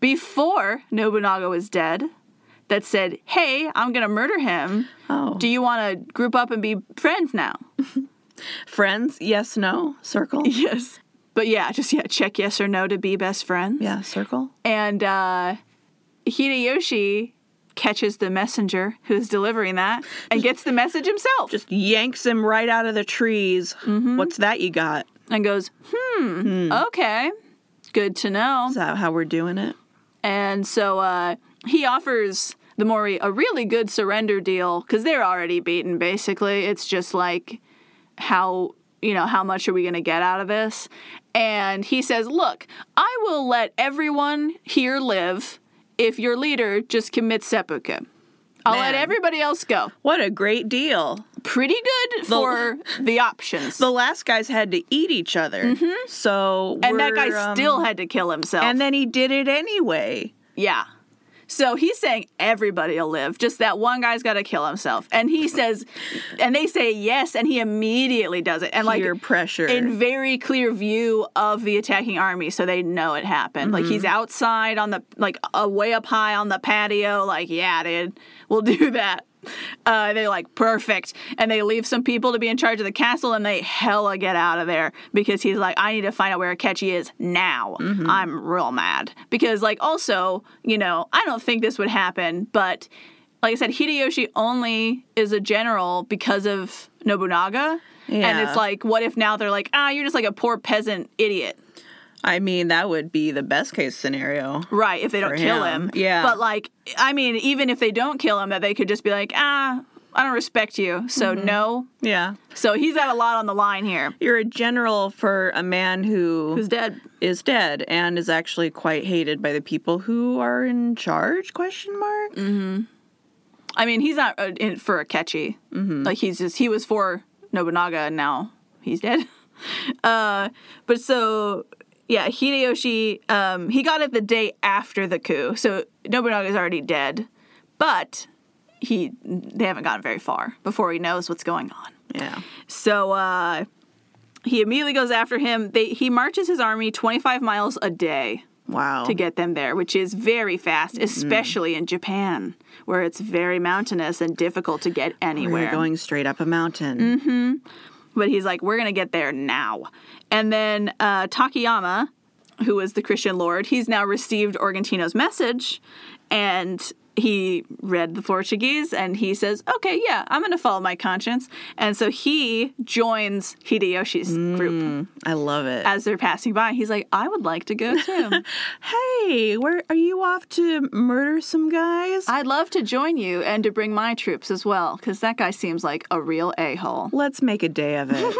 S1: before Nobunaga was dead, that said, "Hey, I'm gonna murder him.
S2: Oh,
S1: Do you want to group up and be friends now?" [LAUGHS]
S2: friends? Yes, no, circle.
S1: Yes. But yeah, just yeah, check yes or no to be best friends.
S2: Yeah, circle.
S1: And uh, Hideyoshi catches the messenger who's delivering that and gets the message himself
S2: Just yanks him right out of the trees.
S1: Mm-hmm.
S2: What's that you got?
S1: and goes, hmm, okay, good to know.
S2: Is that how we're doing it?
S1: And so uh, he offers the Mori a really good surrender deal because they're already beaten, basically. It's just like, how. You know, how much are we going to get out of this? And he says, Look, I will let everyone here live if your leader just commits seppuku. I'll
S2: Man.
S1: let everybody else go.
S2: What a great deal.
S1: Pretty good for the options.
S2: The last guys had to eat each other. So
S1: Mm-hmm. and that
S2: we're,
S1: guy
S2: um,
S1: still had to kill himself.
S2: And then he did it anyway.
S1: yeah. So he's saying everybody will live, just that one guy's got to kill himself. And he says, and they say yes, and he immediately does it. And like,
S2: Peer pressure.
S1: in very clear view of the attacking army so they know it happened like he's outside on the like uh, way up high on the patio like yeah dude we'll do that uh, they're like perfect and they leave some people to be in charge of the castle and they hella get out of there because he's like i need to find out where akechi is now i'm real mad because like also you know i don't think this would happen but like i said hideyoshi only is a general because of nobunaga and
S2: Yeah.
S1: it's like, what if now they're like, ah, you're just like a poor peasant idiot.
S2: I mean, that would be the best case scenario.
S1: Right, if they don't
S2: For
S1: kill
S2: him,
S1: him.
S2: yeah.
S1: But like, I mean, even if they don't kill him, that they could just be like, ah, I don't respect you, so
S2: Mm-hmm.
S1: no.
S2: Yeah.
S1: So he's got a lot on the line here.
S2: You're a general for a man who
S1: Who's dead?
S2: is dead and is actually quite hated by the people who are in charge question mark
S1: Mm. I mean, he's not uh, in for Akechi. Like he's just he was for Nobunaga, and now he's dead. [LAUGHS] Uh, but so yeah, Hideyoshi um, he got it the day after the coup, so Nobunaga's already dead. But he they haven't gotten very far before he knows what's going on.
S2: yeah
S1: So uh, he immediately goes after him. They, he marches his army 25 miles a day
S2: wow
S1: to get them there, which is very fast, especially in Japan, where it's very mountainous and difficult to get
S2: we're
S1: anywhere.
S2: going straight up a mountain
S1: but he's like, we're going to get there now. And then uh, Takayama, who is the Christian lord, he's now received Organtino's message and he read the Portuguese and he says, okay, yeah, I'm going to follow my conscience. And so he joins Hideyoshi's group.
S2: i love it
S1: As they're passing by, he's like, I would like to go too.
S2: hey where are you off to murder some guys
S1: I'd love to join you and to bring my troops as well, because that guy seems like a real a hole.
S2: let's make a day of it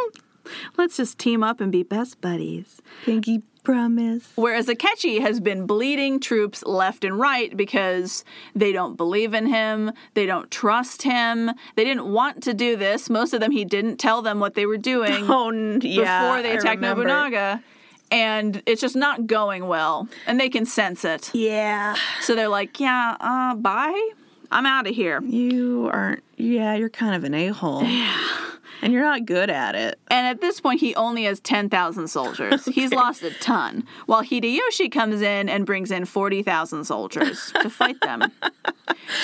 S1: Let's just team up and be best buddies.
S2: [LAUGHS] pinky promise
S1: Whereas Akechi has been bleeding troops left and right because they don't believe in him, they don't trust him, they didn't want to do this. Most of them, he didn't tell them what they were [LAUGHS] doing
S2: oh n- yeah
S1: before they
S2: I
S1: attacked
S2: remember.
S1: Nobunaga. And it's just not going well, and they can sense it.
S2: yeah
S1: So they're like, yeah, uh, bye. I'm out of here.
S2: you aren't yeah you're kind of an a-hole yeah and you're not good at it
S1: And at this point, he only has 10,000
S2: [LAUGHS]
S1: soldiers. He's lost a ton. While Hideyoshi comes in and brings in 40,000 soldiers to fight
S2: [LAUGHS]
S1: them.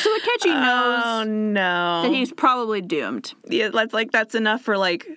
S1: So Akechi knows
S2: oh no
S1: that he's probably doomed.
S2: yeah, that's like that's enough for like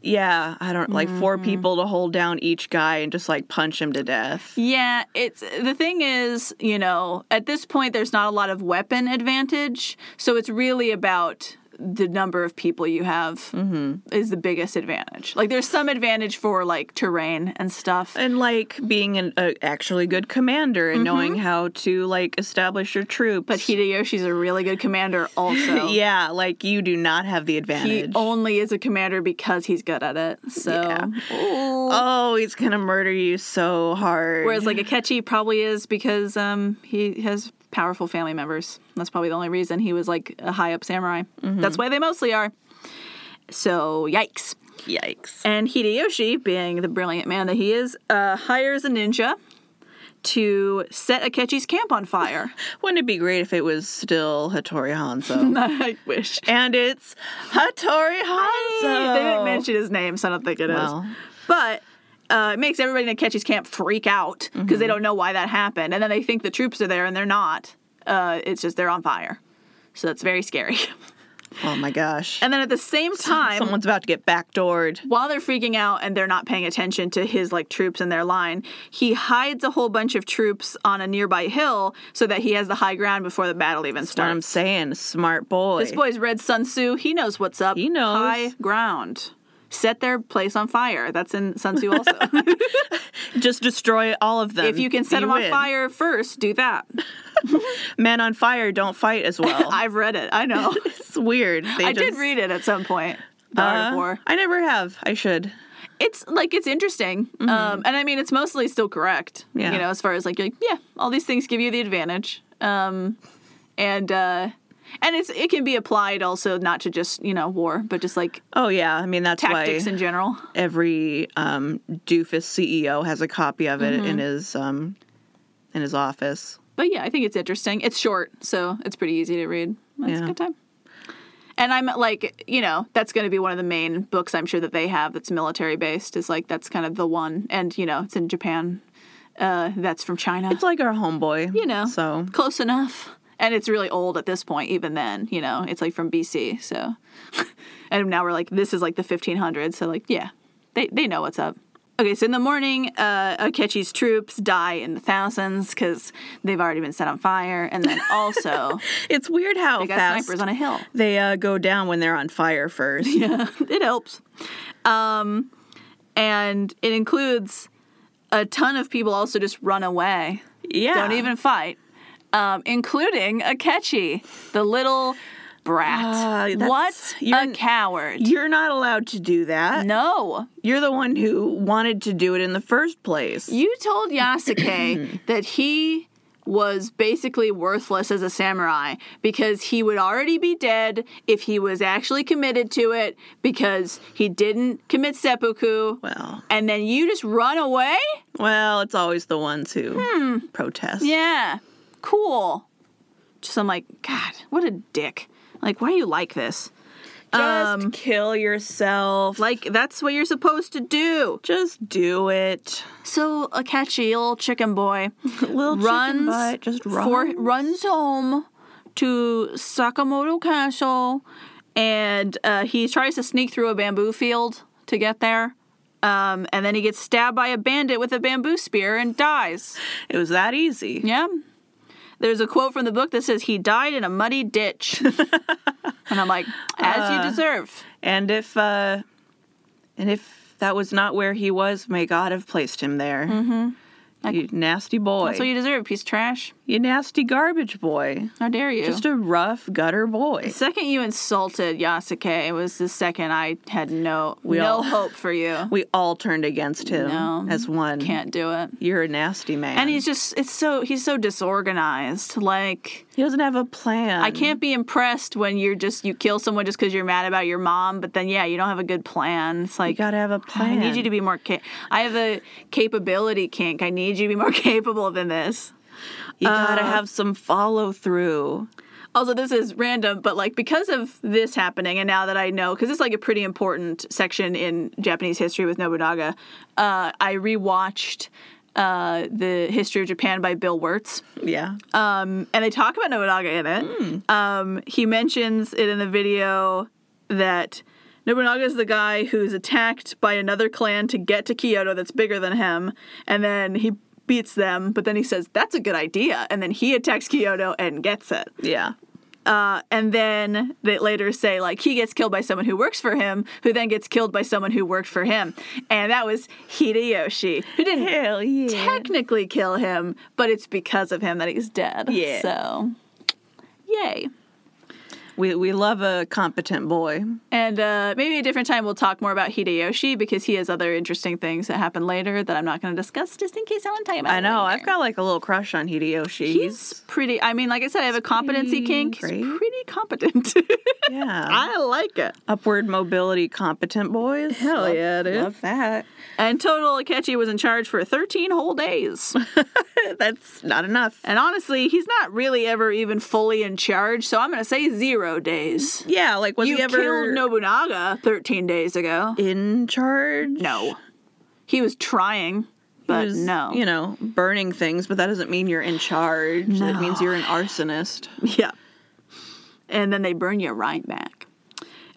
S2: yeah, I don't like four people to hold down each guy and just like punch him to death.
S1: Yeah, it's the thing is, you know, at this point there's not a lot of weapon advantage, so it's really about the number of people you have
S2: Mm-hmm.
S1: is the biggest advantage. Like there's some advantage for like terrain and stuff.
S2: And like being an a actually good commander and knowing how to like establish your troops.
S1: Mm-hmm. But Hideyoshi's a really good
S2: [LAUGHS]
S1: commander also.
S2: yeah, like you do not have the
S1: He
S2: advantage.
S1: only is a commander because he's good at it. So, Ooh.
S2: oh, he's gonna murder you so hard.
S1: whereas [LAUGHS] like Akechi probably is because um he has powerful family members. That's probably the only reason he was like a high up samurai. That's why they mostly are. So yikes.
S2: yikes.
S1: And Hideyoshi, being the brilliant man that he is, uh, hires a ninja to set Akechi's camp on fire.
S2: Wouldn't it be great if it was still Hattori Hanzo?
S1: [LAUGHS] I wish.
S2: and it's Hattori Hanzo.
S1: [LAUGHS] They didn't mention his name, so I don't think it is.
S2: Well.
S1: But uh, it makes everybody in Akechi's camp freak out because
S2: Mm-hmm.
S1: they don't know why that happened. And then they think the troops are there and they're not. Uh, it's just they're on fire. So that's very scary. [LAUGHS]
S2: Oh my gosh.
S1: And then at the same time,
S2: Someone's about to get backdoored.
S1: while they're freaking out and they're not paying attention to his like troops and their line, he hides a whole bunch of troops on a nearby hill so that he has the high ground before the battle even
S2: That's what I'm
S1: starts.
S2: saying. Smart boy.
S1: This boy's read Sun Tzu. He knows what's up.
S2: He knows.
S1: High ground. Set their place on fire. That's in Sun
S2: [LAUGHS]
S1: Tzu also.
S2: Just destroy all of them.
S1: if you can set them on
S2: win.
S1: fire first, do that.
S2: Men on fire don't fight as well.
S1: I've read it. [LAUGHS] I know.
S2: it's weird. They
S1: I did
S2: just-
S1: read it at some point. The Art of
S2: Uh,
S1: War.
S2: I never have. I should.
S1: It's like it's interesting, um, and I mean it's mostly still correct.
S2: Yeah.
S1: You know, as far as like, you're like yeah, all these things give you the advantage, um, and uh, and it's it can be applied also not to just you know war, but just like
S2: Oh yeah, I mean that's
S1: tactics
S2: why
S1: in general.
S2: every um, doofus CEO has a copy of it
S1: Mm-hmm.
S2: in his um, in his office.
S1: But yeah, I think it's interesting. It's short, so it's pretty easy to read. That's
S2: Yeah.
S1: a good time. And I'm like, you know, that's going to be one of the main books I'm sure that they have that's military based. Is like that's kind of the one, and you know, it's in Japan. Uh, that's from China.
S2: It's like our homeboy,
S1: you know,
S2: So
S1: close enough. And it's really old at this point. Even then, you know, it's like from BC. So, [LAUGHS] and now we're like, this is like the 1500s. So, like, yeah, they they know what's up. Okay, so in the morning, uh, Akechi's troops die in the thousands because they've already been set on fire, and
S2: [LAUGHS]
S1: then also
S2: it's weird how
S1: they got
S2: fast
S1: snipers on a hill.
S2: they uh, go down when they're on fire
S1: [LAUGHS]
S2: first.
S1: Yeah, it helps. Um, and it includes a ton of people also just run away.
S2: yeah,
S1: don't even fight, um, including Akechi, the little
S2: Ah,
S1: brat.
S2: that's-
S1: what a
S2: you're-
S1: coward!
S2: You're not allowed to do that.
S1: no,
S2: You're the one who wanted to do it in the first place.
S1: you told
S2: [CLEARS THROAT]
S1: Yasuke that he was basically worthless as a samurai because he would already be dead if he was actually committed to it because he didn't commit seppuku.
S2: well,
S1: and then you just run away?
S2: well, it's always the ones who protest.
S1: Hmm. Yeah, cool. Just I'm like, God, what a dick. Like, why are you like this?
S2: Just
S1: um,
S2: kill yourself.
S1: Like that's what you're supposed to do.
S2: just do it.
S1: So a catchy old chicken boy
S2: Little chicken
S1: runs
S2: butt, just run.
S1: for- runs home to Sakamoto Castle, and uh, he tries to sneak through a bamboo field to get there. Um, and then he gets stabbed by a bandit with a bamboo spear and dies.
S2: it was that easy.
S1: Yeah. There's a quote from the book that says, He died in a muddy
S2: [LAUGHS]
S1: ditch. and I'm like, As
S2: Uh,
S1: you deserve.
S2: And if uh and if that was not where he was, may God have placed him there. Mm-hmm. You nasty boy.
S1: That's what you deserve, piece of trash.
S2: You nasty garbage boy.
S1: How dare you?
S2: Just a rough gutter boy.
S1: The second you insulted Yasuke was the second I had no no
S2: all-
S1: hope for
S2: [LAUGHS]
S1: you.
S2: We all turned against him
S1: No,
S2: as one.
S1: Can't do it.
S2: You're a nasty man.
S1: And he's just it's so he's so disorganized. Like
S2: he doesn't have a plan.
S1: I can't be impressed when you're just you kill someone just because you're mad about your mom, but then yeah, you don't have a good plan. It's
S2: You
S1: like
S2: gotta have a plan.
S1: I need you to be more. Ca- I have a capability kink. I need you to be more [LAUGHS] capable than this.
S2: You gotta
S1: uh,
S2: have some follow through.
S1: Also, this is random, but like because of this happening, and now that I know, because it's like a pretty important section in Japanese history with Nobunaga, uh, I rewatched uh, the History of Japan by Bill Wirtz.
S2: Yeah.
S1: Um, and they talk about Nobunaga in it. Um, he mentions it in the video that Nobunaga is the guy who's attacked by another clan to get to Kyoto that's bigger than him, and then he beats them. But then he says that's a good idea, and then he attacks Kyoto and gets it.
S2: yeah.
S1: Uh, and then they later say like he gets killed by someone who works for him, who then gets killed by someone who worked for him, and that was Hideyoshi, who didn't
S2: Hell yeah.
S1: technically kill him, but it's because of him that he's dead.
S2: Yeah.
S1: So, yay.
S2: we we love a competent boy.
S1: And uh, maybe a different time we'll talk more about Hideyoshi because he has other interesting things that happen later that I'm not going to discuss just in case I want to talk about.
S2: I know.
S1: it
S2: I've
S1: later.
S2: got like a little crush on Hideyoshi.
S1: He's pretty. I mean, like I said, I have a competency
S2: pretty
S1: kink.
S2: great.
S1: He's pretty competent. [LAUGHS]
S2: yeah.
S1: I like it.
S2: Upward mobility competent boys. Hell
S1: yeah, dude.
S2: Love that. [LAUGHS]
S1: And total Akechi was in charge for 13 whole
S2: [LAUGHS]
S1: days.
S2: That's not enough.
S1: and honestly, he's not really ever even fully in charge, so I'm going to say 0 days.
S2: Yeah, like was
S1: you
S2: he ever
S1: killed Nobunaga 13 days ago.
S2: in charge?
S1: No. He was trying,
S2: He
S1: but
S2: was,
S1: no.
S2: You know, burning things, but that doesn't mean you're in charge. That
S1: No.
S2: means you're an arsonist.
S1: [LAUGHS]
S2: [LAUGHS]
S1: Yeah. And then they burn you right back.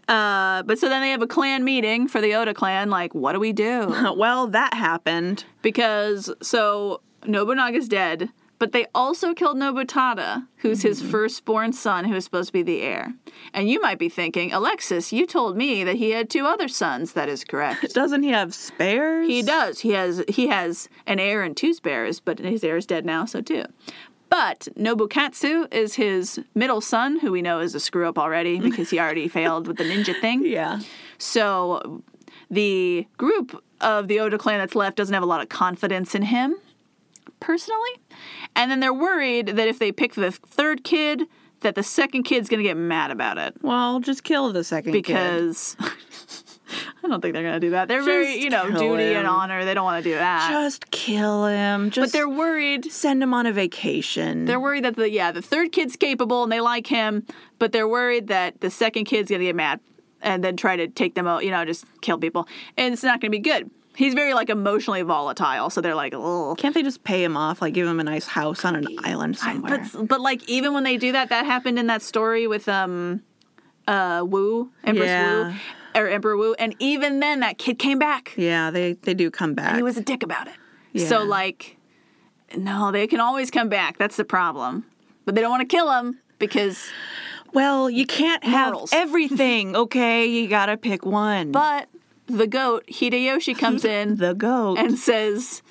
S1: Uh, but so then they have a clan meeting for the Oda clan. Like, what do we
S2: [LAUGHS]
S1: do?
S2: well, that happened.
S1: because so Nobunaga's dead, but they also killed Nobutada, who's
S2: Mm-hmm.
S1: his firstborn son, who is supposed to be the heir. And you might be thinking, Alexis, you told me that he had two other sons. That is correct.
S2: Doesn't he have spares?
S1: He does. He has he has an heir and two spares, but his heir is dead now, so too. But Nobukatsu is his middle son, who we know is a screw up
S2: [LAUGHS]
S1: already because he already failed with the ninja thing.
S2: Yeah.
S1: So the group of the Oda clan that's left doesn't have a lot of confidence in him, personally. And then they're worried that if they pick the third kid, that the second kid's gonna get mad about it
S2: Well, just kill the second kid.
S1: because [LAUGHS] I don't think they're gonna do that. They're very,
S2: Just
S1: you know,
S2: kill
S1: duty
S2: him.
S1: and honor. They don't want to do that.
S2: just kill him.
S1: but
S2: Just
S1: they're worried.
S2: send him on a vacation.
S1: They're worried that the yeah the third kid's capable and they like him, but they're worried that the second kid's gonna get mad and then try to take them out. You know, just kill people, and it's not gonna be good. He's very like emotionally volatile, so they're like, oh.
S2: Can't they just pay him off? Like give him a nice house on an island somewhere.
S1: But but like even when they do that, that happened in that story with um, uh, Wu Empress
S2: Yeah.
S1: Wu or Emperor Wu, and even then that kid came back.
S2: yeah, they they do come back.
S1: and he was a dick about it.
S2: Yeah.
S1: So like, no, they can always come back. That's the problem. But they don't want to kill him because.
S2: well, you can't have
S1: Morals. [LAUGHS]
S2: everything, okay? You gotta pick one.
S1: But the goat Hideyoshi
S2: [LAUGHS]
S1: comes in
S2: the goat.
S1: and says,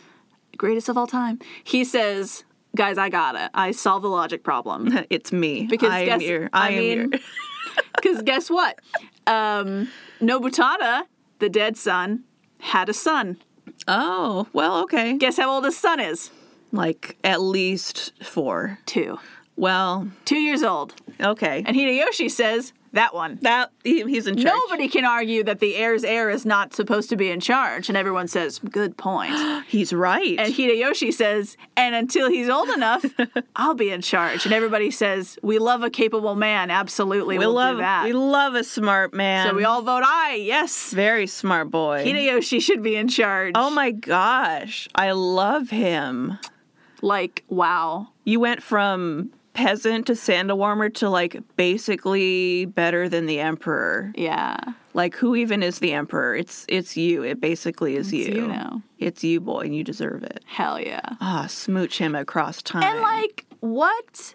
S1: "Greatest of all time." He says, "Guys, I got it. I solved the logic
S2: [LAUGHS]
S1: problem."
S2: [LAUGHS] it's me.
S1: Because
S2: I am
S1: guess,
S2: here. I, am
S1: mean, [LAUGHS]
S2: here.
S1: Because guess what? Um, Nobutada, the dead son, had a son.
S2: [LAUGHS] Oh, well, okay.
S1: Guess how old his son is?
S2: Like at least four.
S1: Two.
S2: Well,
S1: Two years old.
S2: okay.
S1: And Hideyoshi says, that one.
S2: that he, he's in charge.
S1: Nobody can argue that the heir's heir is not supposed to be in charge. And everyone says, good point.
S2: he's right.
S1: And Hideyoshi says, and until he's old
S2: [LAUGHS]
S1: enough, I'll be in charge. And everybody says, we love a capable man. Absolutely.
S2: we
S1: will
S2: love
S1: do that.
S2: we love a smart man.
S1: so we all vote aye. Yes.
S2: very smart boy.
S1: Hideyoshi should be in charge.
S2: Oh my gosh, I love him.
S1: Like, wow.
S2: You went from peasant to sandal warmer to like basically better than the emperor.
S1: Yeah.
S2: Like who even is the emperor? It's it's you. It basically is you.
S1: you now.
S2: It's you, boy, and you deserve it.
S1: Hell yeah.
S2: Ah, smooch him across time.
S1: And like, what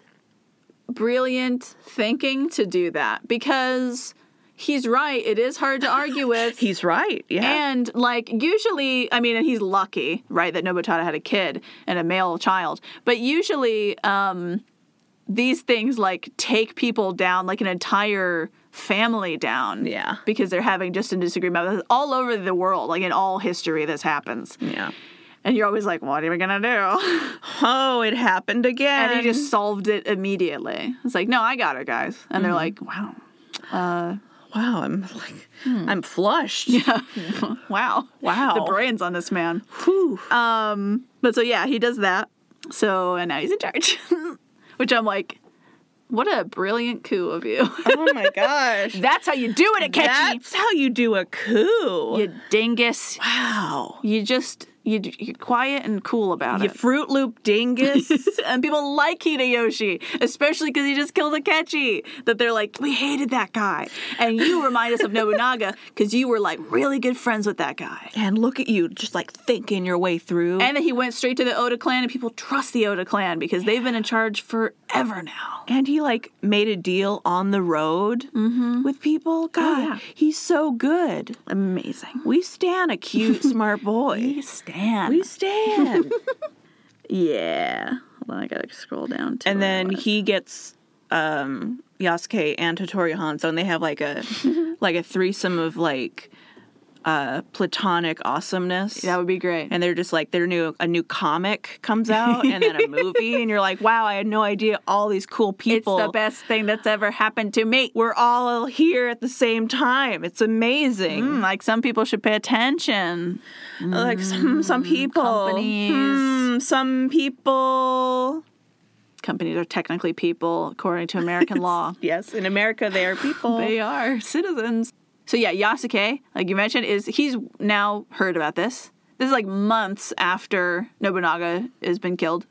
S1: brilliant thinking to do that because he's right. It is hard to argue with.
S2: he's right. Yeah.
S1: And like usually, I mean, and he's lucky, right, that Nobutada had a kid and a male child. But usually, um, these things like take people down, like an entire family down.
S2: Yeah.
S1: Because they're having just a disagreement That's all over the world, like in all history, this happens.
S2: yeah.
S1: And you're always like, what are we gonna do? [LAUGHS]
S2: Oh, it happened again.
S1: and he just solved it immediately. It's like, no, I got it, guys. And they're like,
S2: Mm-hmm.
S1: wow,
S2: wow, I'm like I'm [LAUGHS] flushed.
S1: wow,
S2: Wow.
S1: the brains on this man.
S2: Whew.
S1: But so yeah, he does that. So and now he's in charge, [LAUGHS] which I'm like, what a brilliant coup of you. [LAUGHS]
S2: oh my [LAUGHS] gosh.
S1: That's how you do it, Akechi.
S2: That's how you do a coup.
S1: you dingus.
S2: wow.
S1: You just you you're quiet and cool about
S2: You
S1: it.
S2: Fruit Loop dingus.
S1: [LAUGHS] And people like Hideyoshi, especially because he just killed Akechi. That they're like, we hated that guy, and [LAUGHS] you remind us of Nobunaga because you were like really good friends with that guy.
S2: and look at you, just like thinking your way through.
S1: And that he went straight to the Oda clan, and people trust the Oda clan because they've been in charge forever now.
S2: And he like made a deal on the road with people. God,
S1: Mm-hmm. Oh, yeah.
S2: he's so good.
S1: Amazing.
S2: We stand
S1: [LAUGHS]
S2: a cute, smart boy.
S1: We stand. [LAUGHS]
S2: We stand.
S1: yeah. Hold on, I gotta scroll down to
S2: and
S1: where
S2: then
S1: it was.
S2: he gets um Yasuke and Tottori Hanzo, and they have
S1: [LAUGHS]
S2: like a like a threesome of like uh platonic awesomeness.
S1: that would be great.
S2: and they're just like their new a new comic
S1: [LAUGHS]
S2: comes out and then a movie and you're like wow i had no idea all these cool
S1: it's
S2: people
S1: the best thing that's ever happened to me.
S2: we're all here at the same time it's amazing
S1: Mm, like some people should pay attention.
S2: like some, some people
S1: companies.
S2: Hmm, some people
S1: Companies are technically people according to [LAUGHS] American law.
S2: yes in america they are people
S1: They are [LAUGHS] citizens. So yeah, Yasuke, like you mentioned, is he's now heard about this. This is like months after Nobunaga has been killed,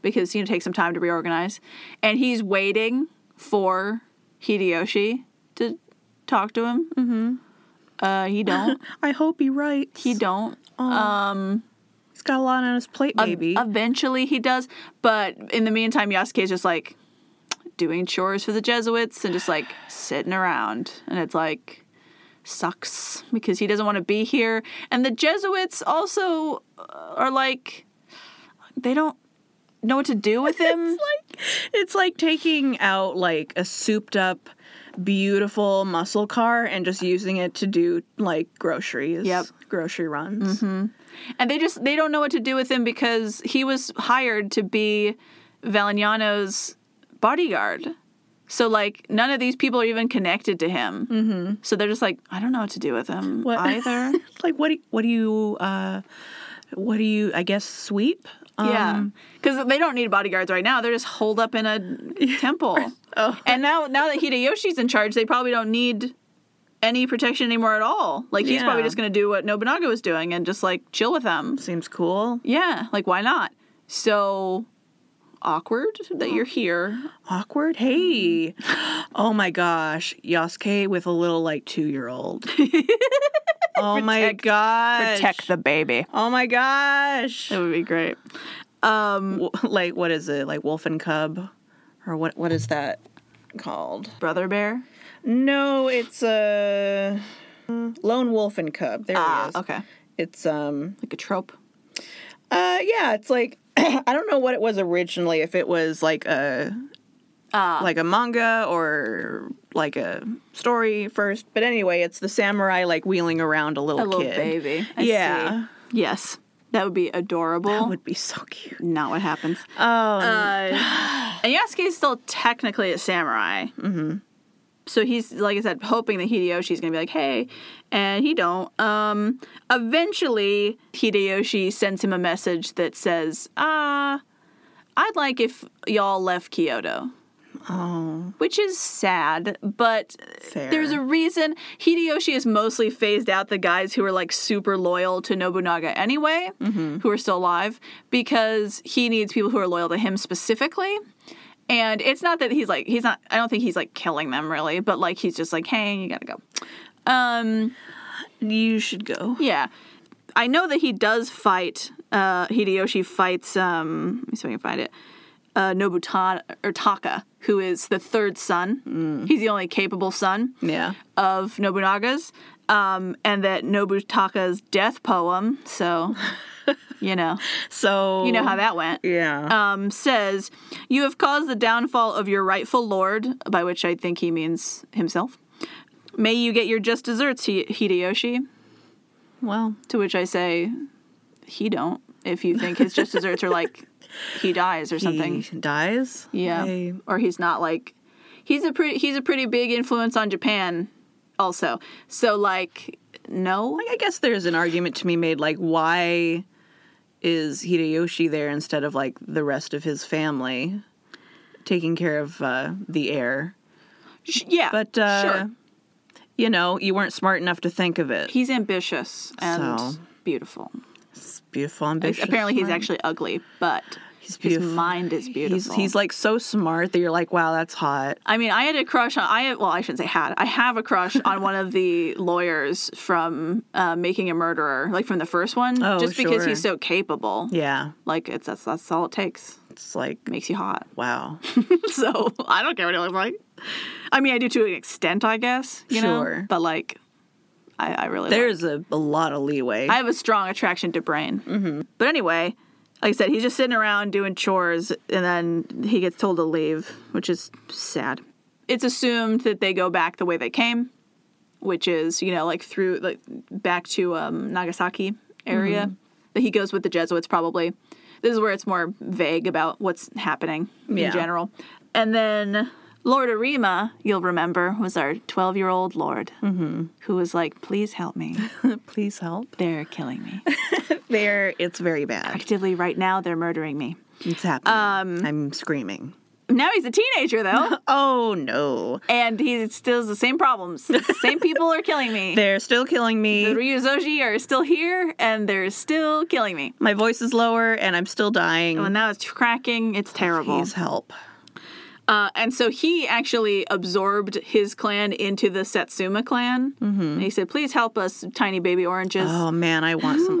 S1: because you know it takes some time to reorganize, and he's waiting for Hideyoshi to talk to him. Mm-hmm. Uh, he
S2: [LAUGHS]
S1: don't.
S2: i hope he writes
S1: he don't.
S2: he's got a lot on his plate maybe
S1: Eventually he does, but in the meantime, Yasuke is just like doing chores for the Jesuits and just like sitting around, and it's like sucks because he doesn't want to be here. And the Jesuits also uh, are like they don't know what to do with him.
S2: it's like taking out like a souped up beautiful muscle car and just using it to do like groceries
S1: Yep.
S2: grocery runs
S1: and they just they don't know what to do with him because he was hired to be Valignano's bodyguard. So like none of these people are even connected to him. Mm-hmm. So they're just like, I don't know what to do with him
S2: What- [LAUGHS]
S1: either.
S2: It's like what do, what do you uh what do you I guess sweep? Um,
S1: yeah, because they don't need bodyguards right now. They're just holed up in a temple. oh. And now, now that Hideyoshi's in charge, they probably don't need any protection anymore at all. Like he's probably
S2: Yeah.
S1: just going to do what Nobunaga was doing and just like chill with them.
S2: Seems cool.
S1: Yeah, like why not? So awkward that you're here.
S2: Awkward. Hey. Oh my gosh. Yasuke with a little like [LAUGHS] 2-year-old. oh my
S1: Protect-
S2: gosh.
S1: the baby.
S2: Oh my gosh.
S1: That would be great.
S2: W- Like what is it? Like wolf and cub or what what is that called?
S1: Brother bear.
S2: No, it's a uh, lone wolf and cub. There it
S1: Ah,
S2: is.
S1: okay.
S2: It's um
S1: Like a trope.
S2: Uh, yeah, it's like [CLEARS THROAT] I don't know what it was originally. If it was like a
S1: Ah.
S2: like a manga or like a story first, but anyway, it's the samurai like wheeling around a little
S1: A little
S2: kid.
S1: baby. I
S2: yeah,
S1: see. Yes, that would be adorable.
S2: that would be so cute.
S1: Not what happens.
S2: Um,
S1: Uh, [SIGHS] and Yasuke is still technically a samurai. Mm-hmm. So he's like I said, hoping that Hideyoshi's gonna be like, hey, and he don't. Um, eventually, Hideyoshi sends him a message that says, ah, I'd like if y'all left Kyoto.
S2: oh,
S1: Which is sad, but
S2: Fair.
S1: there's a reason Hideyoshi has mostly phased out the guys who are like super loyal to Nobunaga anyway,
S2: Mm-hmm.
S1: who are still alive, because he needs people who are loyal to him specifically. And it's not that he's like he's not. I don't think he's like killing them really, but like he's just like, hey, you gotta go. Um,
S2: you should go.
S1: yeah, I know that he does fight. Uh, Hideyoshi fights. Um, let me see if I can find it. Uh, Nobutada or Taka, who is the third son. He's the only capable son
S2: Mm. Yeah,
S1: of Nobunaga's, um, and that Nobutaka's death poem.
S2: [LAUGHS]
S1: So, you know,
S2: so
S1: you know how that went.
S2: Yeah,
S1: Um, says, "You have caused the downfall of your rightful lord," by which I think he means himself. May you get your just desserts, Hi- Hideyoshi.
S2: well,
S1: To which I say, he don't. If you think his just desserts are like [LAUGHS] he dies or something,
S2: he dies.
S1: yeah,
S2: I-
S1: or he's not like he's a pretty he's a pretty big influence on Japan, also. So like no,
S2: I guess there's an argument to be made like why is Hideyoshi there instead of like the rest of his family taking care of uh, the heir?
S1: Sh- yeah,
S2: But uh,
S1: sure,
S2: you know, you weren't smart enough to think of it.
S1: he's ambitious and
S2: So.
S1: beautiful.
S2: He's beautiful, ambitious.
S1: Apparently, he's
S2: smart.
S1: actually ugly, but
S2: He's
S1: his
S2: beautiful.
S1: mind is beautiful.
S2: He's, he's like so smart that you're like, wow, that's hot.
S1: I mean, I had a crush on I well, I shouldn't say had. I have a crush on one of the lawyers from uh, Making a Murderer, like from the first one,
S2: Oh,
S1: just because
S2: sure.
S1: he's so capable.
S2: Yeah,
S1: Like it's that's that's all it takes.
S2: it's like
S1: Makes you hot. [LAUGHS]
S2: wow.
S1: so I don't care what it looks like. I mean, I do to an extent, I guess. You know,
S2: Sure.
S1: but like, I, I really like-
S2: There's a, a lot of leeway.
S1: I have a strong attraction to Brain. Mm-hmm. But anyway, like I said, he's just sitting around doing chores, and then he gets told to leave, which is sad. It's assumed that they go back the way they came, which is you know like through like back to um, Nagasaki area. That he goes with the Jesuits probably. This is where it's more vague about what's happening
S2: Yeah.
S1: in general. And then Lord Arima, you'll remember, was our 12 year old Lord who was like, please help me.
S2: Please help.
S1: They're killing me.
S2: There, it's very bad. Um,
S1: Actively right now, they're murdering me.
S2: It's happening. I'm screaming.
S1: Now he's a teenager
S2: [LAUGHS]
S1: though,
S2: Oh no.
S1: and he still has the same problems. The same people are killing
S2: [LAUGHS]
S1: me.
S2: They're still killing
S1: The
S2: me.
S1: Ryuzoji are still here, and they're still killing me.
S2: My voice is lower and I'm still dying.
S1: Oh, And now it's cracking. It's terrible.
S2: Please help.
S1: Uh, and so he actually absorbed his clan into the Satsuma clan. Mm-hmm. And he said, "Please help us, tiny baby oranges.
S2: Oh man, I want some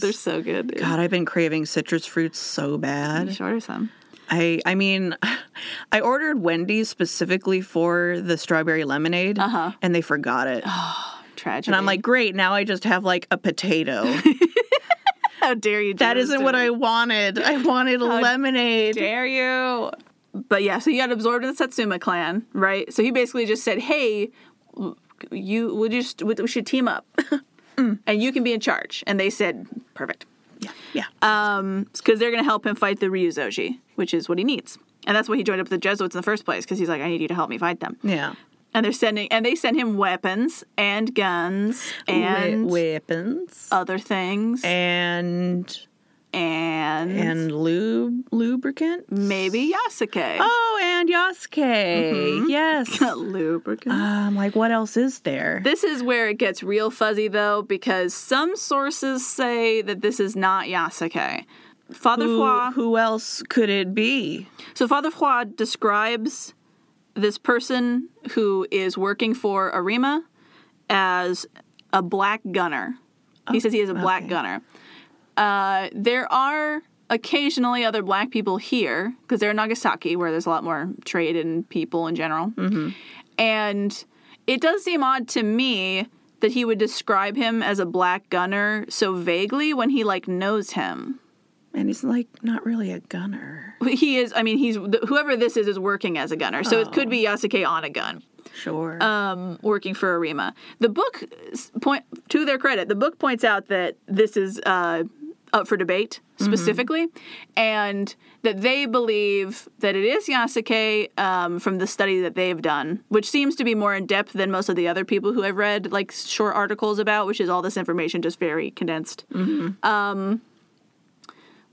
S1: [GASPS] They're so good.
S2: God, I've been craving citrus fruits so bad.
S1: Shorter some.
S2: I I mean, [LAUGHS] I ordered Wendy's specifically for the strawberry lemonade
S1: Uh-huh.
S2: and they forgot it.
S1: Oh, Tragedy.
S2: And I'm like, "Great, now I just have like
S1: [LAUGHS]
S2: a potato."
S1: how dare you? do
S2: That
S1: this
S2: isn't
S1: to
S2: what
S1: me.
S2: I wanted. I wanted lemonade.
S1: dare you? But yeah, so he got absorbed in the Satsuma clan, right? So he basically just said, "Hey, w- [LAUGHS] you we just we we should team up, and you can be in charge." And they said, "Perfect."
S2: yeah, yeah.
S1: Uh, because they're going to help him fight the Ryuzoji, which is what he needs. And that's why he joined up with the Jesuits in the first place, because he's like, I need you to help me fight them.
S2: yeah.
S1: And they're sending, and they send him weapons and guns and uh,
S2: We- weapons
S1: other things
S2: and
S1: Mm-hmm. and,
S2: and lube lubricant.
S1: maybe Yasuke.
S2: Oh, and Yasuke. [LAUGHS]
S1: [LAUGHS]
S2: Yes.
S1: Lubricant.
S2: um, like what else is there?
S1: This is where it gets real fuzzy, though, because some sources say that this is not Yasuke. Father
S2: who,
S1: Hua.
S2: who else could it be?
S1: So Father Hua describes this person who is working for Arima as a black gunner. He says he is a black
S2: okay.
S1: gunner. Uh, there are occasionally other black people here because they're in Nagasaki, where there's a lot more trade and people in general. And it does seem odd to me that he would describe him as a black gunner so vaguely when he like knows him.
S2: And he's like not really a gunner.
S1: He is. I mean, he's whoever this is is working as a gunner, so it could be Yasuke on a gun,
S2: Sure.
S1: um, working for Arima. The book s- point to their credit. The book points out that this is uh, up for debate specifically, and that they believe that it is Yasuke um, from the study that they've done, which seems to be more in depth than most of the other people who I've read like short articles about, which is all this information just very condensed. Um,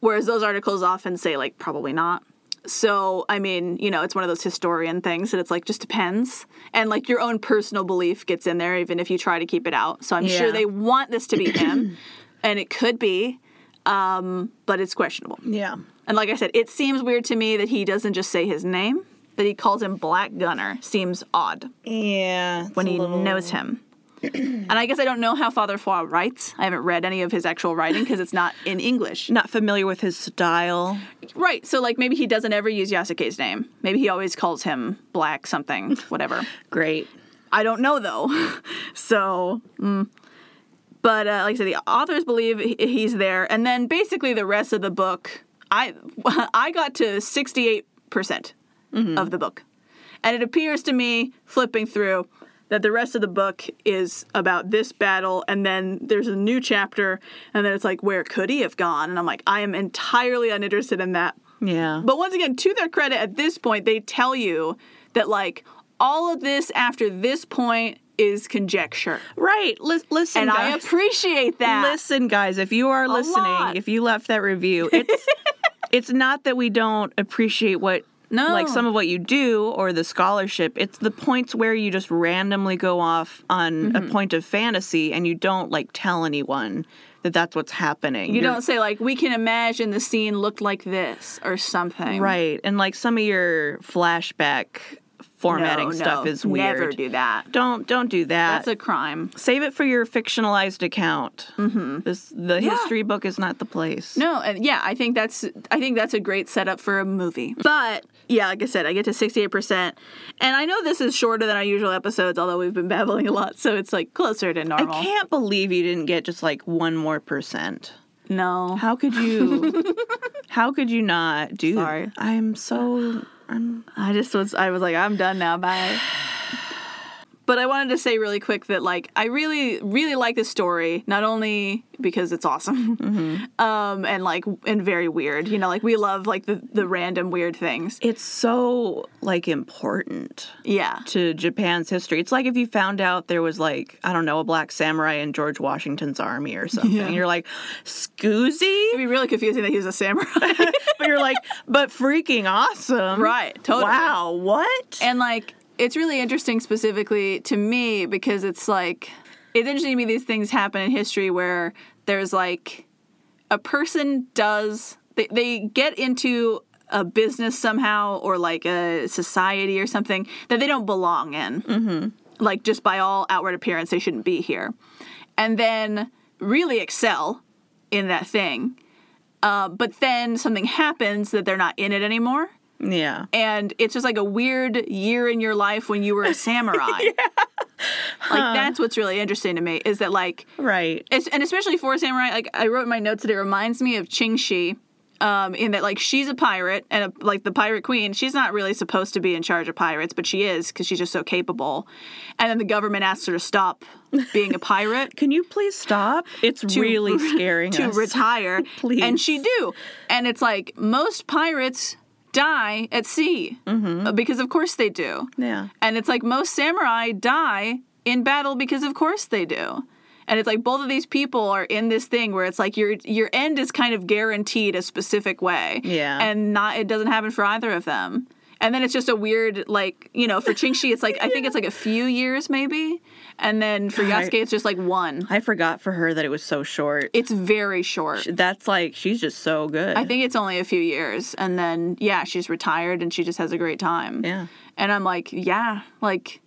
S1: Whereas those articles often say, like, probably not. So, I mean, you know, it's one of those historian things that it's like, just depends. And like your own personal belief gets in there, even if you try to keep it out. So I'm
S2: Yeah.
S1: sure they want this to be him, and it could be, um, but it's questionable.
S2: yeah.
S1: And like I said, it seems weird to me that he doesn't just say his name, that he calls him Black Gunner seems odd
S2: Yeah.
S1: when he knows him. and I guess I don't know how Father Foy writes. I haven't read any of his actual writing because it's not in English.
S2: not familiar with his style.
S1: Right. So like maybe he doesn't ever use Yasuke's name. Maybe he always calls him Black something, whatever.
S2: Great.
S1: I don't know though. [LAUGHS] so, mm. but uh, like I said, the authors believe he- he's there, and then basically the rest of the book, I [LAUGHS] I got to sixty eight percent of the book, and it appears to me flipping through that the rest of the book is about this battle, and then there's a new chapter, and then it's like where could he have gone, and I'm like I am entirely uninterested in that.
S2: Yeah.
S1: But once again, to their credit, at this point, they tell you that like all of this after this point is conjecture,
S2: right. Lis- listen,
S1: and I
S2: guys.
S1: appreciate that.
S2: Oh listen, guys. If you are listening,
S1: lot.
S2: if you left that review,
S1: [LAUGHS]
S2: it's it's not that we don't appreciate what
S1: No.
S2: like some of what you do or the scholarship. It's the points where you just randomly go off on
S1: Mm-hmm.
S2: a point of fantasy and you don't like tell anyone that that's what's happening.
S1: you
S2: You're-
S1: don't say like we can imagine the scene looked like this or something,
S2: right, and like some of your flashback
S1: No,
S2: formatting stuff
S1: no,
S2: is weird.
S1: Never do that.
S2: Don't don't do that.
S1: That's a crime.
S2: Save it for your fictionalized account. Mm-hmm. This the history book is not the place.
S1: No, and yeah, I think that's I think that's a great setup for a movie. But yeah, like I said, I get to sixty eight percent, and I know this is shorter than our usual episodes, although we've been babbling a lot, so it's like closer to
S2: I
S1: normal.
S2: can't believe you didn't get just like one more percent.
S1: No,
S2: How could [LAUGHS] you? how could you not do?
S1: Sorry.
S2: I'm so. I'm.
S1: I just was I was like, I'm done now, bye. But I wanted to say really quick that like I really really like this story, not only because it's awesome, um, and like and very weird. You know, like we love like the the random weird things.
S2: It's so like important
S1: Yeah.
S2: to Japan's history. It's like if you found out there was like I don't know a black samurai in George Washington's army or something. You're like,
S1: It'd
S2: scoozy, [LAUGHS]
S1: be really confusing that he was a samurai. [LAUGHS]
S2: but you're like, but freaking awesome,
S1: Right, totally.
S2: Wow, what?
S1: and like it's really interesting specifically to me because it's like it's interesting to me these things happen in history where there's like a person does they, they get into a business somehow or like a society or something that they don't belong in like just by all outward appearance they shouldn't be here and then really excel in that thing uh, but then something happens that they're not in it anymore
S2: yeah.
S1: and it's just like a weird year in your life when you were a samurai. Like that's what's really interesting to me is that like
S2: Right.
S1: it's, and especially for samurai, like I wrote in my notes that it reminds me of Qingxi um, in that like she's a pirate and a, like the pirate queen. She's not really supposed to be in charge of pirates, but she is because she's just so capable. And then the government asks her to stop being a pirate.
S2: Can you please stop? It's
S1: [LAUGHS]
S2: [LAUGHS] really scaring
S1: to
S2: us.
S1: retire
S2: [LAUGHS] Please.
S1: and she do and it's like most pirates die at sea
S2: Mm-hmm.
S1: uh, because of course they do
S2: Yeah.
S1: and it's like most samurai die in battle because of course they do and it's like both of these people are in this thing where it's like your your end is kind of guaranteed a specific way
S2: Yeah.
S1: and not it doesn't happen for either of them and then it's just a weird like you know for Qingxi it's like I think it's like a few years maybe and then for
S2: God.
S1: Yasuke it's just like one
S2: I forgot for her that it was so short.
S1: it's very short
S2: That's like she's just so good.
S1: I think it's only a few years, and then yeah, she's retired and she just has a great time.
S2: Yeah.
S1: and I'm like, yeah, like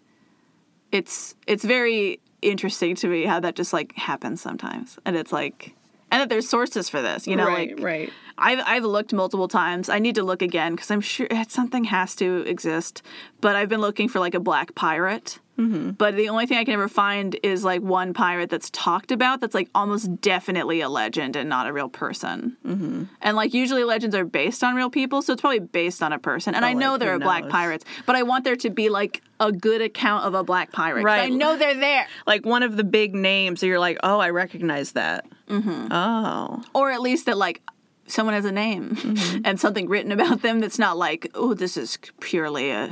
S1: it's it's very interesting to me how that just like happens sometimes, and it's like, and that there's sources for this, you know,
S2: right,
S1: like
S2: right.
S1: I've I've looked multiple times. I need to look again because I'm sure it- something has to exist, but I've been looking for like a black pirate.
S2: Mm-hmm.
S1: But the only thing I can ever find is like one pirate that's talked about that's like almost definitely a legend and not a real person.
S2: Mm-hmm.
S1: And like usually legends are based on real people, so it's probably based on a person. And I
S2: Oh, like,
S1: know there
S2: who
S1: are black
S2: knows?
S1: pirates, but I want there to be like a good account of a black pirate. 'cause I
S2: Right.
S1: know they're there.
S2: Like one of the big names that you're like, oh, I recognize that. Mm-hmm. Oh,
S1: Or at least that like someone has a name and something written about them that's not like, oh, this is purely a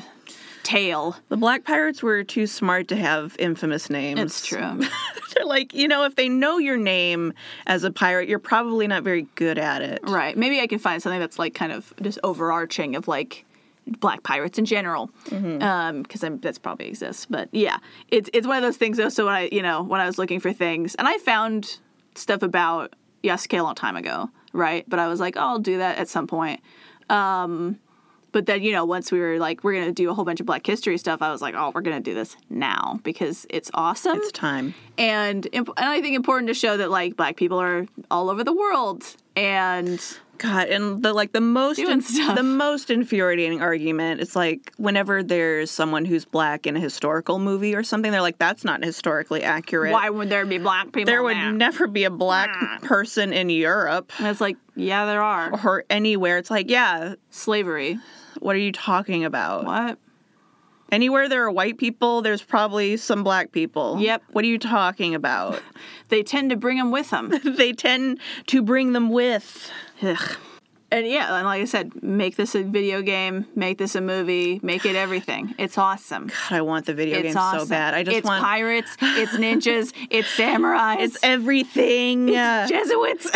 S1: tale.
S2: the Black Pirates were too smart to have infamous names.
S1: It's true.
S2: [LAUGHS] They're like, you know, if they know your name as a pirate, you're probably not very good at it.
S1: Right. Maybe I can find something that's like kind of just overarching of like black pirates in general, because I'm that's probably exists. But yeah, it's it's one of those things though. So when I you know when I was looking for things, and I found stuff about Yasuke a long time ago, right? But I was like, oh, I'll do that at some point. Um, But then, you know, once we were like, we're going to do a whole bunch of Black History stuff, I was like, oh, we're going to do this now because it's awesome
S2: It's time.
S1: and imp- and I think important to show that like black people are all over the world and
S2: God, and the like the most
S1: Doing stuff.
S2: the most infuriating argument. It's like whenever there's someone who's black in a historical movie or something, they're like, "That's not historically accurate.
S1: why would there be black people?
S2: there would
S1: now?
S2: never be a black person in Europe
S1: And it's like yeah, there are
S2: or anywhere." It's like, yeah,
S1: slavery.
S2: what are you talking about?
S1: What?
S2: Anywhere there are white people, there's probably some black people.
S1: Yep.
S2: What are you talking about?
S1: [LAUGHS] They tend to bring them with
S2: [LAUGHS]
S1: them.
S2: they tend to bring them with.
S1: Ugh. And yeah, and like I said, make this a video game, make this a movie, make it everything. It's awesome.
S2: God, I want the video
S1: It's
S2: game
S1: awesome.
S2: so bad. I just
S1: it's
S2: want
S1: pirates,
S2: [LAUGHS]
S1: it's ninjas, it's samurais,
S2: it's everything. Yeah. [LAUGHS]
S1: Jesuits.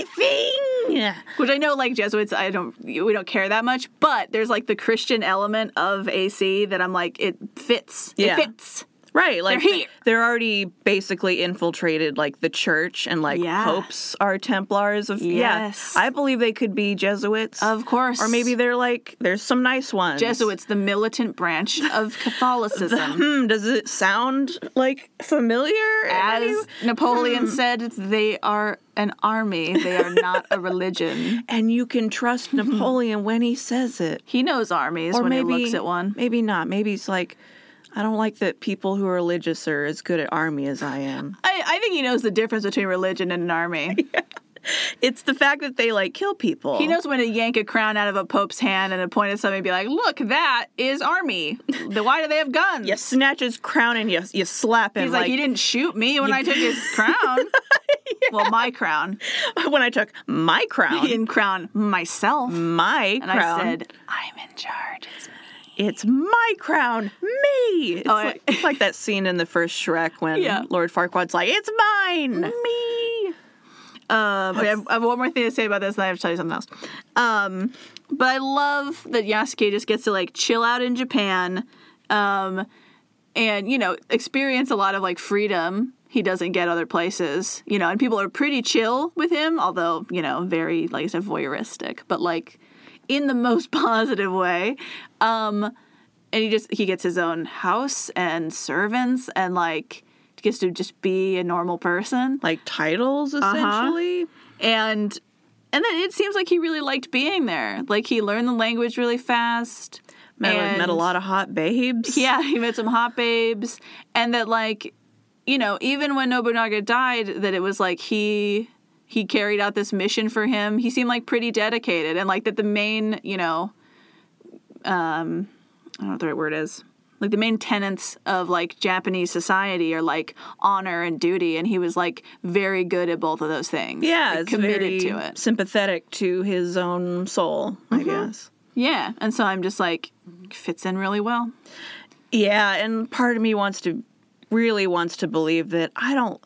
S2: everything.
S1: Which I know, like Jesuits, I don't we don't care that much, but there's like the Christian element of AC that I'm like it fits.
S2: Yeah.
S1: It fits.
S2: Right, like
S1: They're here.
S2: they're already basically infiltrated like the church and like
S1: Yeah.
S2: popes are Templars of
S1: Yes.
S2: Yeah, I believe they could be Jesuits.
S1: Of course.
S2: or maybe they're like there's some nice ones.
S1: Jesuits, the militant branch of
S2: [LAUGHS]
S1: Catholicism.
S2: Hmm, does it sound like familiar?
S1: As
S2: Hmm.
S1: Napoleon said, they are an army. They are not a religion.
S2: and you
S1: [LAUGHS]
S2: can trust Napoleon when he says it.
S1: He knows armies
S2: Or
S1: when
S2: maybe
S1: he looks at one.
S2: Maybe not. Maybe he's like I don't like that people who are religious are as good at army as I am.
S1: I, I think he knows the difference between religion and an
S2: [LAUGHS]
S1: army.
S2: It's the fact that they like kill people.
S1: He knows when to yank a crown out of a pope's hand and point at somebody and be like, "Look, that is army. Then Why do they have guns?"
S2: you snatch his crown and you you slap him.
S1: He's like, you didn't shoot me when I took
S2: [LAUGHS]
S1: his crown. Well, my crown.
S2: didn't. [LAUGHS] When I took
S1: [LAUGHS]
S2: my
S1: He
S2: crown,
S1: didn't crown myself.
S2: my
S1: and
S2: Mm. crown.
S1: I said, I'm in charge. It's me.
S2: it's my crown, me. It's,
S1: Oh, I-
S2: like, it's [LAUGHS] like that scene in the first Shrek when
S1: Yeah.
S2: Lord Farquaad's like, it's mine.
S1: me. Um, okay, I, have, I have one more thing to say about this, and I have to tell you something else. Um, but I love that Yasuke just gets to like chill out in Japan, um, and you know experience a lot of like freedom he doesn't get other places. You know, and people are pretty chill with him, although you know very like I said voyeuristic, but like in the [LAUGHS] most positive way. Um, and he just he gets his own house and servants and like gets to just be a normal person
S2: Like titles,
S1: Uh-huh.
S2: essentially.
S1: and and then it seems like he really liked being there like he learned the language really fast
S2: Met, like, met
S1: and-
S2: a lot of hot
S1: [LAUGHS]
S2: babes.
S1: yeah he met some hot babes and that like you know even when nobunaga died that it was like he he carried out this mission for him. He seemed like pretty dedicated and like that the main, you know, um, I don't know what the right word is. Like the main tenets of like Japanese society are like honor and duty, and he was like very good at both of those things.
S2: Yeah,
S1: Like,
S2: it's
S1: committed
S2: very
S1: to it. Mm-hmm.
S2: sympathetic to his own soul, I guess.
S1: Yeah, and so I'm just like fits in really well.
S2: Yeah, and part of me wants to really wants to believe that I don't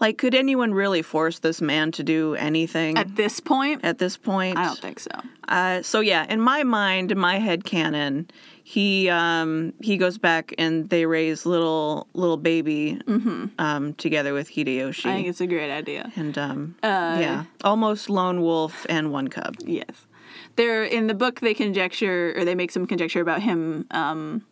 S2: like could anyone really force this man to do anything at,
S1: At this point,
S2: this point?
S1: I don't think so.
S2: Uh, so yeah, in my mind, in my head canon, he um, he goes back and they raise little little baby um, together with
S1: Mm-hmm.
S2: Hideyoshi,
S1: I Uh, think it's a great idea.
S2: and um, yeah, almost lone wolf and one cub.
S1: Yes. They're in the book they conjecture or they make some conjecture about him um,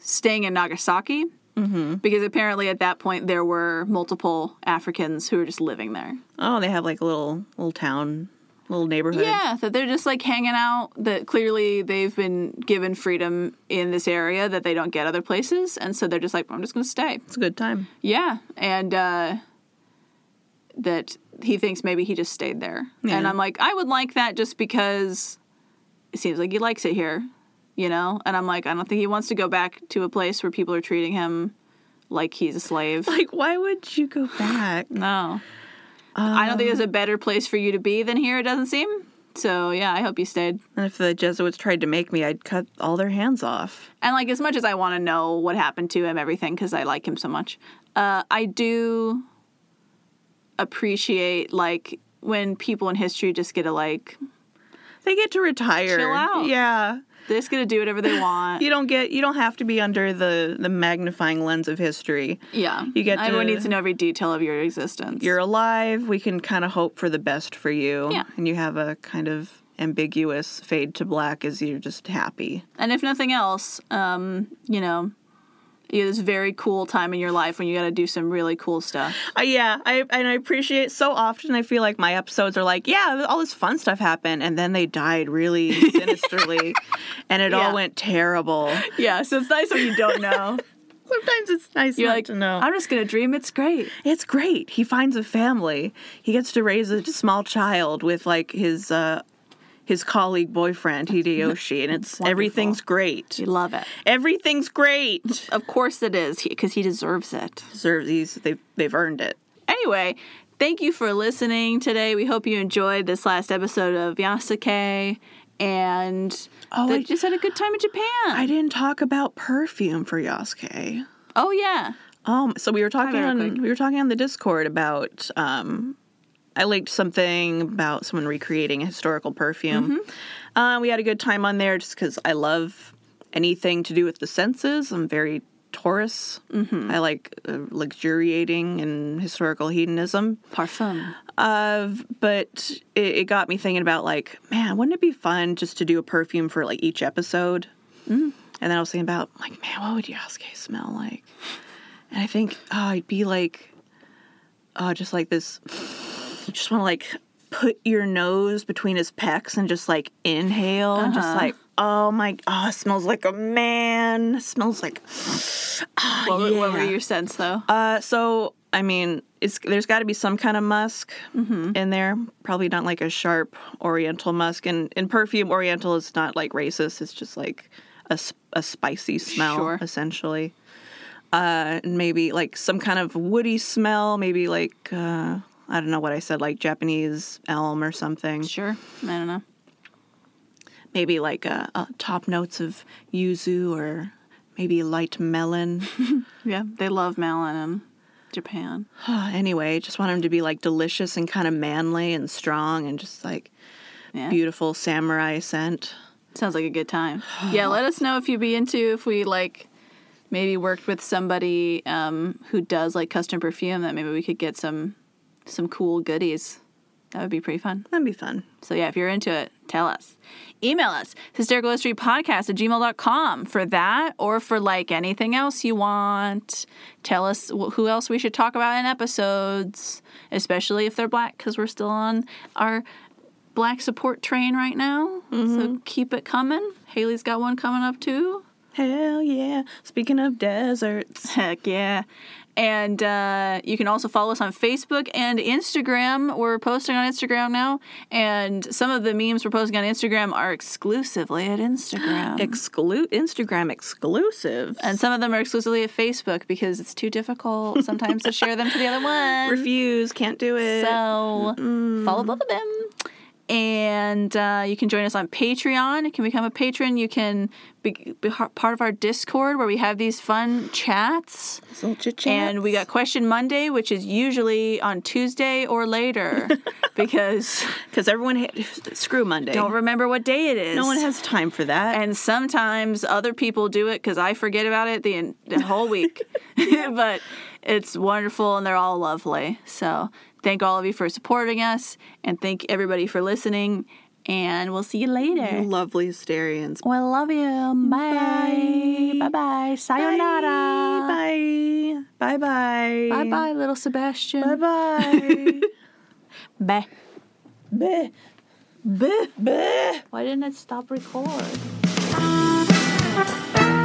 S1: staying in Nagasaki. Mm-hmm. Because apparently at that point there were multiple Africans who were just living there.
S2: Oh, they have like a little little town, little neighborhood.
S1: Yeah, that they're just like hanging out. That clearly they've been given freedom in this area that they don't get other places, and so they're just like, I'm just going to stay.
S2: it's a good time.
S1: Yeah, and uh, that he thinks maybe he just stayed there. And
S2: Yeah.
S1: I'm like, I would like that just because it seems like he likes it here, you know? And I'm like, I don't think he wants to go back to a place where people are treating him like he's a slave.
S2: Like, why would you go back?
S1: [LAUGHS] No. I don't think
S2: um,
S1: there's a better place for you to be than here, it doesn't seem. So, yeah, I hope you stayed.
S2: And if the Jesuits tried to make me, I'd cut all their hands off.
S1: And like as much as I want to know what happened to him, everything because I like him so much, uh, I do appreciate like when people in history just get to like
S2: They get to retire.
S1: Chill out.
S2: Yeah.
S1: they're just gonna do whatever they want. [LAUGHS]
S2: You don't get you don't have to be under the the magnifying lens of history.
S1: yeah,
S2: You get
S1: everyone
S2: to-
S1: needs to know every detail of your existence.
S2: You're alive, we can kind of hope for the best for you.
S1: Yeah.
S2: And you have a kind of ambiguous fade to black as you're just happy.
S1: and if nothing else, um, you know, you have this very cool time in your life when you got to do some really cool stuff.
S2: Uh, yeah, I and I appreciate so often I feel like my episodes are like, yeah, all this fun stuff happened and then they died [LAUGHS] really sinisterly and it
S1: Yeah.
S2: all went terrible.
S1: Yeah, so it's nice when you don't [LAUGHS] know.
S2: Sometimes it's nice
S1: You're
S2: not
S1: like,
S2: to know.
S1: I'm just gonna dream. It's great.
S2: It's great. He finds a family. He gets to raise a small child with like his uh his colleague boyfriend Hideyoshi and it's
S1: Wonderful.
S2: everything's great.
S1: You love it.
S2: Everything's great.
S1: Of course it is, because he deserves it.
S2: [LAUGHS] Deserve these. They've they've earned it.
S1: Anyway, thank you for listening today. We hope you enjoyed this last episode of Yasuke and
S2: Oh,
S1: that
S2: I-
S1: just had a good time in Japan.
S2: I didn't talk about perfume for Yasuke.
S1: oh yeah.
S2: Um so we were talking
S1: Hi,
S2: on
S1: Miracle.
S2: we were talking on the Discord about um I linked something about someone recreating a historical perfume. Uh, we had a good time on there just because I love anything to do with the senses. I'm very Taurus. I like uh, luxuriating in historical hedonism.
S1: Parfum.
S2: Uh, but it, it got me thinking about like, man, wouldn't it be fun just to do a perfume for like each episode? And then I was thinking about like, man, what would Yasuke smell like? And I think, oh, I'd be like, oh, just like this. You just want to like put your nose between his pecs and just like inhale and just like, oh my, oh, it smells like a man. It smells like
S1: Uh, What, were- what were
S2: yeah.
S1: your scents though?
S2: uh, so I mean, it's there's got to be some kind of musk
S1: Mm-hmm.
S2: in there. Probably not like a sharp Oriental musk, and in perfume, Oriental is not like racist. It's just like a, s- a spicy smell,
S1: Sure.
S2: essentially. Uh, and maybe like some kind of woody smell. Maybe like uh, I don't know what I said, like Japanese elm or something.
S1: sure. I don't know.
S2: Maybe like uh, uh, top notes of yuzu or maybe light melon.
S1: Yeah, they love melon in Japan.
S2: [SIGHS] anyway, just want him to be like delicious and kind of manly and strong and just like
S1: Yeah.
S2: beautiful samurai scent.
S1: Sounds like a good
S2: [SIGHS]
S1: time. yeah, let us know if you'd be into if we like maybe worked with somebody um, who does like custom perfume that maybe we could get some some cool goodies. That would be pretty fun.
S2: That'd be fun.
S1: So yeah, if you're into it, tell us. Email us, hystericalhistorypodcast at gmail.com for that or for like anything else you want. Tell us wh- who else we should talk about in episodes, especially if they're black, because we're still on our black support train right now. So keep it coming. Haley's got one coming up too.
S2: Hell yeah. Speaking of deserts,
S1: Heck yeah. And uh, you can also follow us on Facebook and Instagram. We're posting on Instagram now, and some of the memes we're posting on Instagram are exclusively at Instagram.
S2: Exclu- Instagram exclusive.
S1: Uh-huh. and some of them are exclusively at Facebook because it's too
S2: [LAUGHS]
S1: difficult sometimes to share them to the other one.
S2: Refuse. Can't do it.
S1: So follow both of them. And uh, you can join us on Patreon. You can become a patron. You can be, be har- part of our Discord where we have these fun chats. And we got Question Monday, which is usually on Tuesday or
S2: [LAUGHS]
S1: later because
S2: because everyone ha- [SIGHS] screw Monday.
S1: don't remember what day it is.
S2: no one has time for that.
S1: And sometimes other people do it because I forget about it the, en- the whole
S2: [LAUGHS]
S1: week. [LAUGHS] but it's wonderful and they're all lovely. So thank all of you for supporting us and thank everybody for listening. And we'll see you later.
S2: lovely hysterians.
S1: We love you. Bye. Bye bye. Sayonara.
S2: Bye. Bye. Bye.
S1: Bye bye, little Sebastian. [LAUGHS]
S2: Bye.
S1: Bye.
S2: Bye. Bye. Bye.
S1: Why didn't it stop record?
S3: Thank you.